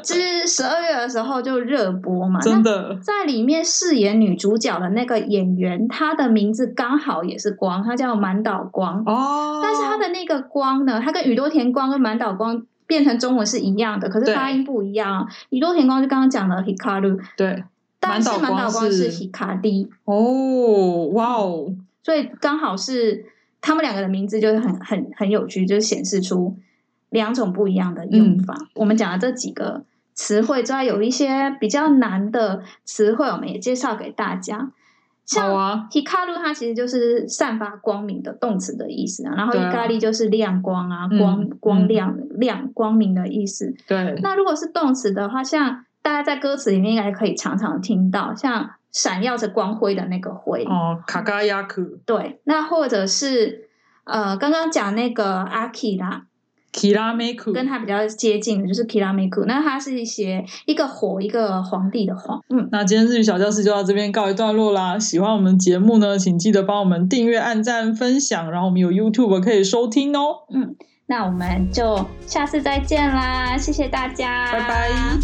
[SPEAKER 2] 之十二月的时候就热播嘛，
[SPEAKER 3] 真的
[SPEAKER 2] 在里面饰演女主角的那个演员，她的名字刚好也是光，她叫满岛光。
[SPEAKER 3] 哦。
[SPEAKER 2] 但是她的那个光呢，她跟宇多田光跟满岛光变成中文是一样的，可是
[SPEAKER 3] 对
[SPEAKER 2] 发音不一样、啊。宇多田光就刚刚讲了 Hikaru，
[SPEAKER 3] 对
[SPEAKER 2] 但是
[SPEAKER 3] 满
[SPEAKER 2] 满
[SPEAKER 3] 岛
[SPEAKER 2] 岛
[SPEAKER 3] 光
[SPEAKER 2] 光
[SPEAKER 3] 是
[SPEAKER 2] 是 Hikari，
[SPEAKER 3] 哦，哇哦，
[SPEAKER 2] 所以刚好是他们两个的名字就是很很很有趣，就是显示出两种不一样的用
[SPEAKER 3] 嗯
[SPEAKER 2] 法。我们讲的这几个词汇之外，有一些比较难的词汇，我们也介绍给大家。像
[SPEAKER 3] 好啊，
[SPEAKER 2] Hikaru 它其实就是散发光明的动词的意思啊，然后
[SPEAKER 3] 对啊
[SPEAKER 2] Hikari 就是亮光啊，
[SPEAKER 3] 嗯
[SPEAKER 2] 光光
[SPEAKER 3] 嗯
[SPEAKER 2] 亮、亮光明的意思。
[SPEAKER 3] 对，
[SPEAKER 2] 那如果是动词的话，像大家在歌词里面应该可以常常听到，像闪耀着光辉的那个辉，
[SPEAKER 3] 哦，卡嘎亚克
[SPEAKER 2] 对，那或者是呃刚刚讲那个阿 k 啦，
[SPEAKER 3] k i r a m e k u
[SPEAKER 2] 跟它比较接近的就是 Kirameku，那它是一些一个火一个皇帝的皇，嗯，
[SPEAKER 3] 那今天日语小教室就到这边告一段落啦。喜欢我们节目呢，请记得帮我们订阅、按赞、分享，然后我们有 YouTube 可以收听哦。
[SPEAKER 2] 那我们就下次再见啦，谢谢大家，
[SPEAKER 3] 拜拜。